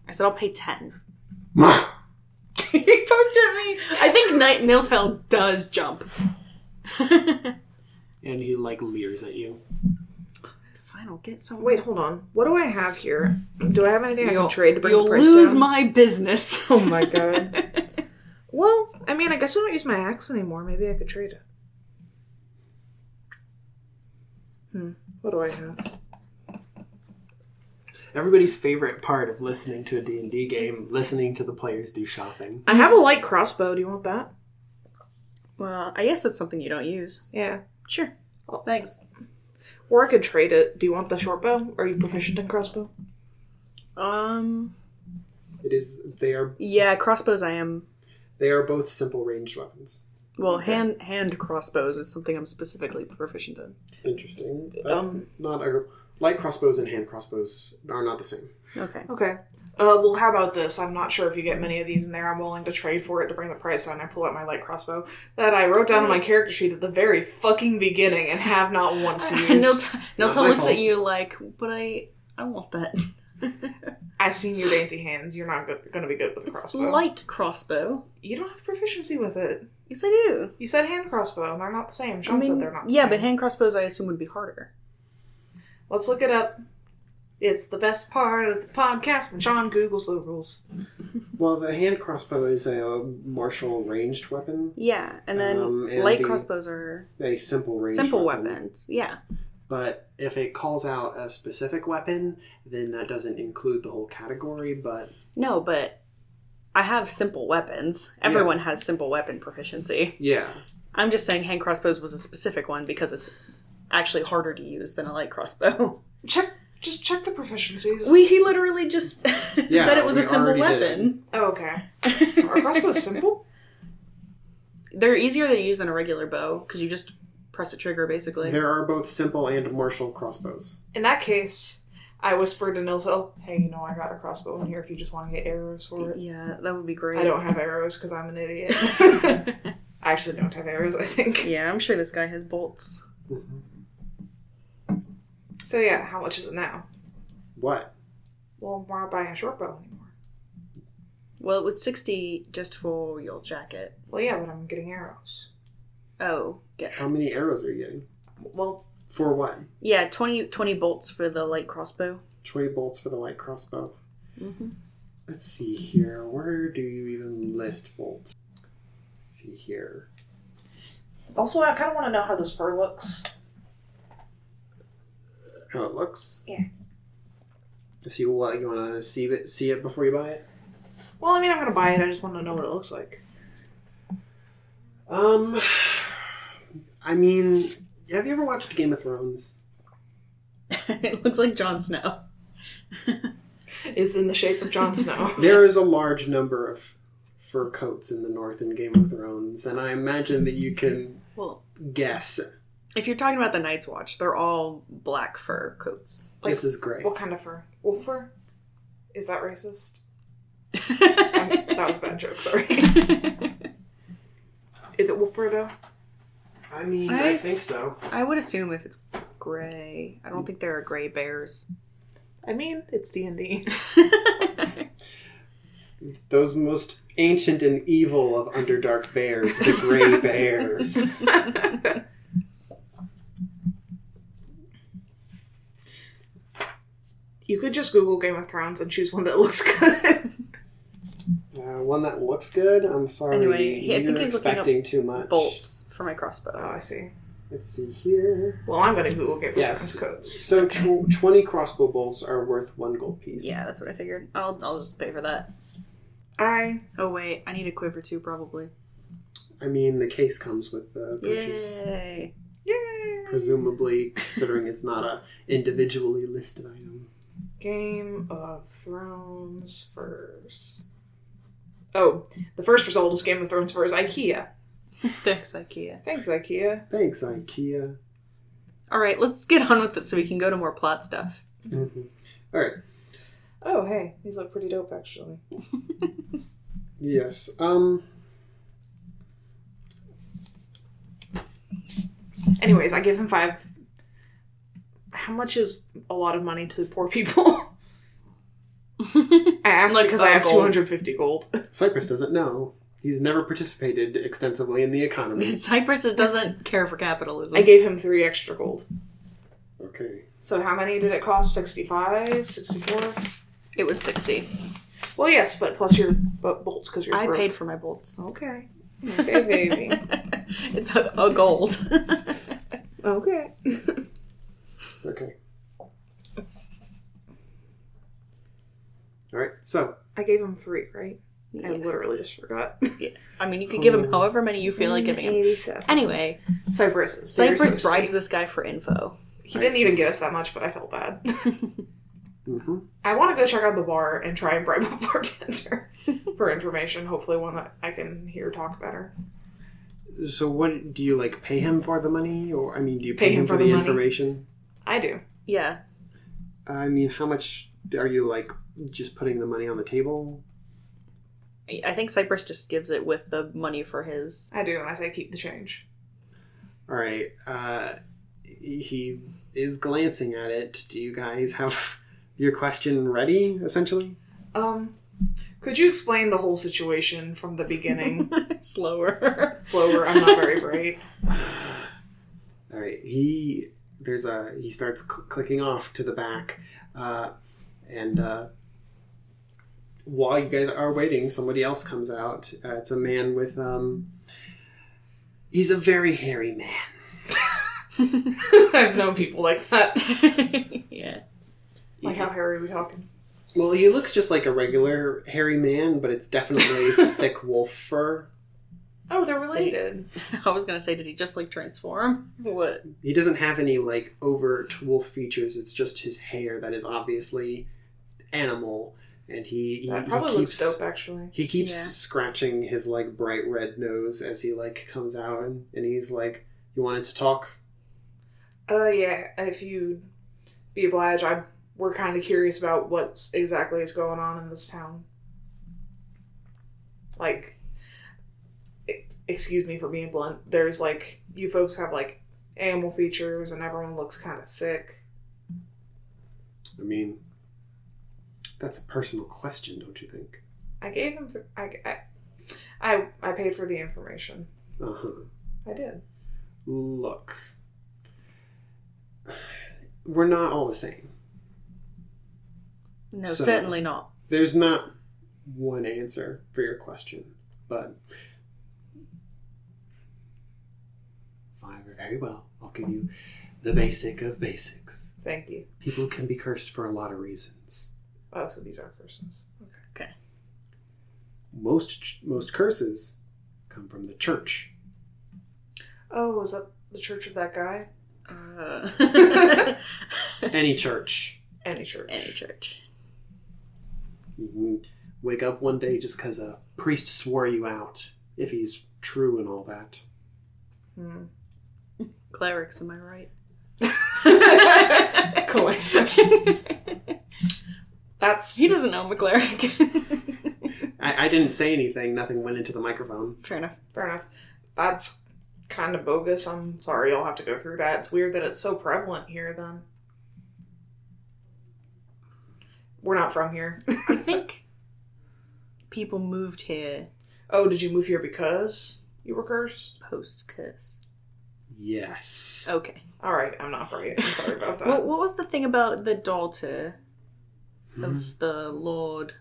B: I said I'll pay ten. [laughs] he poked at me. I think Night Niltel does [laughs] jump.
A: and he like leers at you.
B: Fine, I'll get some.
C: Wait, hold on. What do I have here? Do I have anything I
B: You'll-
C: can trade to bring
B: you'll
C: the price
B: lose
C: down?
B: my business. [laughs]
C: Oh my god. [laughs] well, I mean, I guess I don't use my axe anymore. Maybe I could trade it. Hmm. What do I have?
A: Everybody's favorite part of listening to a D&D game, listening to the players do shopping.
C: I have a light crossbow. Do you want that?
B: well, I guess that's something you don't use.
C: Yeah.
B: Sure. Well, thanks.
C: Or I could trade it. Do you want the short bow? Are you proficient in crossbow?
B: Um.
A: It is they are
B: Yeah, crossbows. I am.
A: they are both simple ranged weapons.
B: Well, hand hand crossbows is something I'm specifically proficient in.
A: Interesting. That's
C: Um,
A: not a light crossbows and hand crossbows are not the same.
B: Okay. [laughs]
C: Okay. Uh, well, how about this? I'm not sure if you get many of these in there. I'm willing to trade for it to bring the price down. I pull out my light crossbow that I wrote down on my character sheet at the very fucking beginning and have not [laughs] once
B: And
C: used.
B: Niltel,
A: Not my
B: Niltel looks at
A: fault.
B: you like, but I I want that. [laughs]
C: I've seen your dainty hands. You're not good, gonna be good with a
B: It's
C: crossbow.
B: light crossbow.
C: You don't have proficiency with it.
B: Yes, I do.
C: You said hand crossbow, and they're not the same.
B: I
C: Sean
B: mean,
C: said they're not. The
B: yeah,
C: same.
B: but hand crossbows I assume would be harder.
C: let's look it up. It's the best part of the podcast when Sean googles the rules.
A: Well, the hand crossbow is a uh, martial ranged weapon,
B: Yeah, and then
A: Um, and
B: light
A: the
B: crossbows are
A: a simple ranged
B: simple
A: weapon.
B: weapons. Yeah.
A: But if it calls out a specific weapon, then that doesn't include the whole category, but
B: No, but I have simple weapons. Everyone has simple weapon proficiency.
A: yeah.
B: I'm just saying hand crossbows was a specific one because it's actually harder to use than a light crossbow. [laughs]
C: Check, just check the proficiencies.
B: We he literally just [laughs] said it was
A: we
B: a simple
A: already did
B: weapon.
C: oh, okay. Are crossbows simple?
B: [laughs] They're easier to use than a regular bow because you just press a trigger basically.
A: There are both simple and martial crossbows.
C: In that case, I whispered to Niltel, hey, you know, I got a crossbow in here if you just want to get arrows for it.
B: yeah, that would be great.
C: I don't have arrows because I'm
B: [laughs]
C: an idiot. [laughs] I actually don't [laughs] have arrows, I think.
B: Yeah, I'm sure this guy has bolts.
C: So, yeah, how much is it now?
A: What?
C: Well, we're not buying a short bow anymore.
B: Well, it was 60 just for your jacket.
C: Well, yeah, but I'm getting arrows.
B: Oh, yeah.
A: How many arrows are you getting?
C: Well,
A: For what?
B: Yeah, 20, 20 bolts for the light crossbow.
A: 20 bolts for the light crossbow.
B: Mm-hmm.
A: Let's see here. Where do you even list bolts? Let's see here.
C: also, I kind of want to know how this fur looks.
A: How it looks?
C: Yeah.
A: To see what you want to see it, see it before you buy it.
C: Well, I mean, I'm going to buy it. I just want to know what it looks like.
A: Um, I mean, have you ever watched Game of Thrones?
B: [laughs] it looks like Jon Snow.
C: It's in the shape of
A: [laughs]
C: Jon Snow.
A: There is a large number of fur coats in the North in Game of Thrones, and I imagine that you can
B: Well,
A: guess.
B: if you're talking about the Night's Watch, they're all black fur [laughs] coats.
A: this is great.
C: what kind of fur? Wolf fur? Is that racist? I'm- Um, that was a bad joke, sorry. [laughs] Is it wolf fur, though?
A: I mean,
B: I
A: I,
B: s-
A: think so.
B: I would assume if it's gray. I don't think there are gray [laughs] bears.
C: I mean, it's D and D.
A: Those most ancient and evil of Underdark bears, the
B: [laughs]
A: Gray Bears.
C: [laughs] You could just Google Game of Thrones and choose one that looks [laughs] good.
A: Uh, one that looks good. I'm sorry.
B: Anyway, he- I
A: You're
B: think he's looking up
A: expecting too much.
B: Bolts for my crossbow.
C: oh, I see.
A: Let's see here.
C: Well, I'm gonna Google Game of
A: Yes.
C: Thrones codes.
A: So tw- twenty crossbow bolts are worth one gold piece.
B: Yeah, that's what I figured. I'll, I'll just pay for that.
C: I
B: Oh, wait. I need a quiver too, probably.
A: I mean the case comes with the purchase.
B: Yay.
C: yay
A: Presumably, considering it's not a individually listed item.
C: Game of Thrones furs. Oh, the first result is Game of Thrones furs IKEA.
B: Thanks, Ikea.
C: Thanks IKEA.
A: Thanks, IKEA.
B: All right, let's get on with it so we can go to more plot stuff. [laughs]
A: Mhm. All right.
C: Oh hey, these look pretty dope actually.
A: Yes. Um.
C: Anyways, I give him five. How much is a lot of money to poor people? [laughs] I asked
B: Like,
C: because
B: uh,
C: I have
B: gold.
C: two hundred fifty gold.
A: Cyprus doesn't know. He's never participated extensively in the
C: [laughs]
A: economy.
B: Cyprus doesn't care for capitalism.
C: I gave him three extra gold.
A: Okay.
C: So how many did it cost? 65, 64?
B: it was 60.
C: Well, yes, but plus your but bolts because you're
B: I
C: broke.
B: paid for my bolts.
C: Okay. [laughs] Okay, baby.
B: [laughs] It's a, a
C: [laughs]
B: gold.
C: okay.
A: Okay. All right. So
C: I gave him three, right? I
B: Yes.
C: literally Oh. just forgot.
B: I mean, you could give him however many you feel like giving him.
C: 87.
B: Anyway,
C: Cypress. is
B: Cyprus
C: seriously-
B: bribes this guy for info. [laughs]
C: He didn't even give us that much, but I felt bad. [laughs]
A: hmm
C: I want to go check out the bar and try and bribe a [laughs]
B: [laughs]
C: bartender for information. Hopefully, one that I can hear talk better.
A: So what do you like? Pay him for the money, or I mean, do you
C: Pay
A: pay,
C: him
A: him
C: for
A: for,
C: the
A: the
C: money.
A: information?
C: I do.
B: Yeah.
A: I mean, how much are you like just putting the money on the table?
B: I I think Cyprus just gives it with the money for his. [laughs]
C: I do, and I say keep the change.
A: All right. Uh, he is glancing at it. Do you guys have [laughs] your question ready? Essentially.
C: Um, could you explain the whole situation from
B: [laughs]
C: the beginning?
B: Slower. [laughs]
C: Slower. I'm not very bright. [laughs]
A: All right. He there's a he starts cl- clicking off to the back, uh, and uh, while you guys are waiting, somebody else comes out. Uh, it's a man with um. He's a very hairy man.
C: I've known people like that.
B: yeah.
C: Like how hairy are we talking?
A: Well, he looks just like a regular hairy man, but it's
C: [laughs]
A: definitely thick wolf fur.
C: Oh, they're related.
B: I was gonna say, did he just like transform? What?
A: He doesn't have any like overt wolf features. It's just his hair that is obviously animal, and he he,
C: That
A: he
C: probably
A: keeps
C: looks dope, actually.
A: He keeps
B: Yeah.
A: scratching his like bright red nose as he like comes out and, and he's like, You wanted to talk?
C: Uh, yeah. If you be obliged, I we're kind of curious about what's exactly is going on in this town. Like, e- excuse me for being blunt. There's like you folks have like animal features, and everyone looks kind of sick.
A: I mean that's a personal question, don't you think?
C: I gave him. Th- I, I I I paid for the information.
A: Uh-huh.
C: I did.
A: Look. We're not all the same.
B: No,
A: So-
B: certainly
C: [laughs]
B: not. [laughs]
A: There's not one answer for your question, but fine, very well. I'll give you the basic of basics.
C: Thank you.
A: People can be cursed for a lot of reasons.
C: Oh, so these are curses. Okay.
A: most ch- most curses come from the church.
C: Oh, was that the church of that guy?
B: Uh,
A: Any church.
C: Any church.
B: any church.
A: You can wake up one day just because a priest swore you out, if he's true and all that.
C: Hmm. [laughs]
B: Clerics, am I right? [laughs]
C: Cool.
B: [laughs]
C: That's
B: he doesn't know I'm a cleric.
A: I, I didn't say anything. Nothing went into the microphone.
B: Fair enough.
C: fair enough. That's kind of bogus. I'm sorry you'll have to go through that. It's weird that it's so prevalent here, then. We're not from here. [laughs]
B: I think people moved here
C: oh, did you move here because you were cursed?
B: post curse.
A: Yes.
B: Okay.
C: All right, I'm not right. I'm sorry
B: [laughs]
C: about that.
B: What, what was the thing about the daughter of the Lord?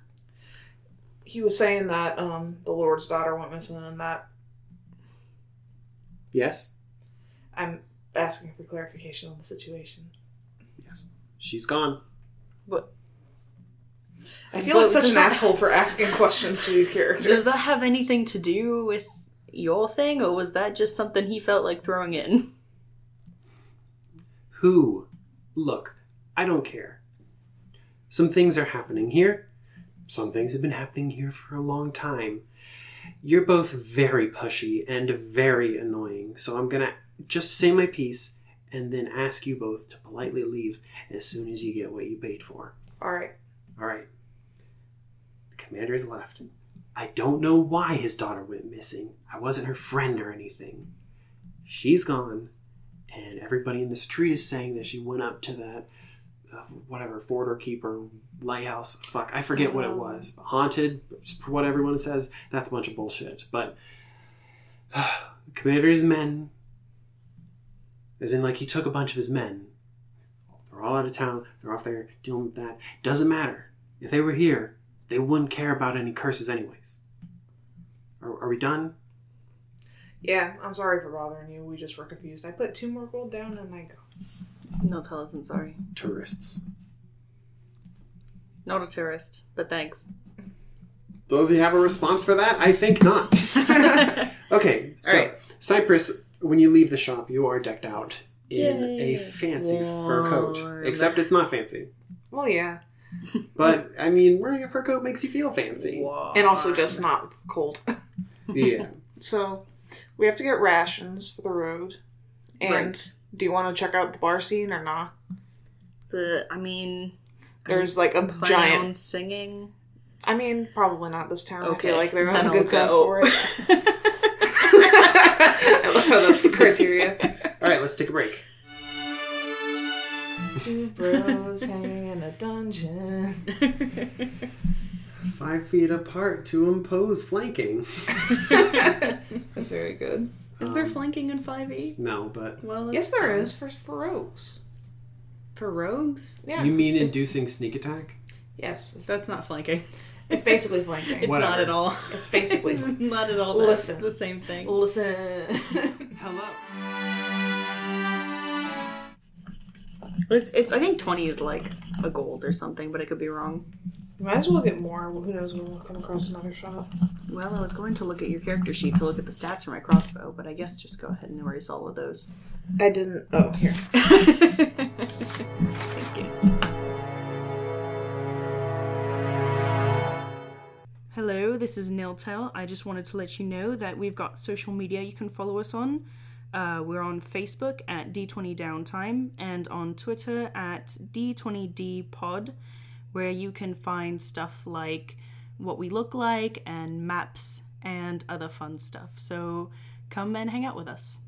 C: he was saying that um, the Lord's daughter went missing and that
A: Yes.
C: I'm asking for clarification on the situation.
A: She's gone.
C: I feel
B: But
C: like
B: [laughs]
C: such
B: does
C: an
B: that-
C: asshole for asking questions to these characters.
B: Does that have anything to do with your thing, or was that just something he felt like throwing in?
A: Who? Look, I don't care. Some things are happening here. Some things have been happening here for a long time. You're both very pushy and very annoying, so I'm gonna just say my piece and then ask you both to politely leave as soon as you get what you paid for.
C: All right.
A: All right. The commander's left. I don't know why his daughter went missing. I wasn't her friend or anything. She's gone, and everybody in the street is saying that she went up to that uh, whatever fort or keeper lighthouse. Fuck, I forget what it was. Haunted, for what everyone says. That's a bunch of bullshit. But [sighs] commander's men, as in like he took a bunch of his men. They're all out of town. They're off there dealing with that. Doesn't matter. If they were here, they wouldn't care about any curses, anyways. Are, are we done?
C: Yeah, I'm sorry for bothering you. We just were confused. I put two more gold down and I go.
B: No, tell us I'm sorry.
A: Tourists.
B: Not a tourist, but thanks. [laughs]
A: Does he have a response for that? I think not.
B: [laughs]
A: okay. So,
B: Alright.
A: Cypress, when you leave the shop, you are decked out in
B: Yay.
A: a fancy fur coat.
B: Warm.
A: Except it's not fancy.
C: Well, yeah.
A: But, I mean, wearing a fur coat makes you feel fancy.
C: And also just not cold.
A: [laughs]
C: [laughs]
A: Yeah.
C: so, we have to get rations for the road. And do you want to check out the bar scene or not?
B: the. I mean,
C: There's like a
B: plan on
C: giant.
B: singing.
C: I mean, probably not this town. I
B: Okay,
C: feel like they're
B: then
C: not a
B: I'll
C: good crowd
B: go. [laughs]
C: for it. [laughs] I love how that's the
B: [laughs]
C: criteria.
A: All right, let's take a break.
C: Two bros hanging in a dungeon.
A: Five feet apart to impose flanking. [laughs]
C: That's very good. Um,
B: Is there flanking in Five E?
A: No, but.
B: Well,
C: Yes,
B: that's
C: there
B: dumb.
C: is for for rogues.
B: for rogues.
C: Yeah.
A: You mean inducing sneak attack?
C: yes? it's-
B: That's not flanking.
C: It's basically
B: [laughs]
C: flanking. [laughs]
B: It's
A: Whatever.
B: not at all.
C: It's
B: [laughs]
C: basically-
B: it's not at all. that.
C: Listen.
B: the same thing.
C: Listen.
A: Hello.
B: [laughs] It's it's. I think twenty is like a gold or something, but I could be wrong.
C: Might as well get more. Who knows when we'll come across another shop.
B: Well, I was going to look at your character sheet to look at the stats for my crossbow, but I guess just go ahead and erase all of those.
C: I didn't. Oh, here.
B: Thank you. Hello, this is Niltel. I just wanted to let you know that we've got social media you can follow us on. Uh, we're on Facebook at D20 Downtime and on Twitter at D20D Pod, where you can find stuff like what we look like and maps and other fun stuff. So come and hang out with us.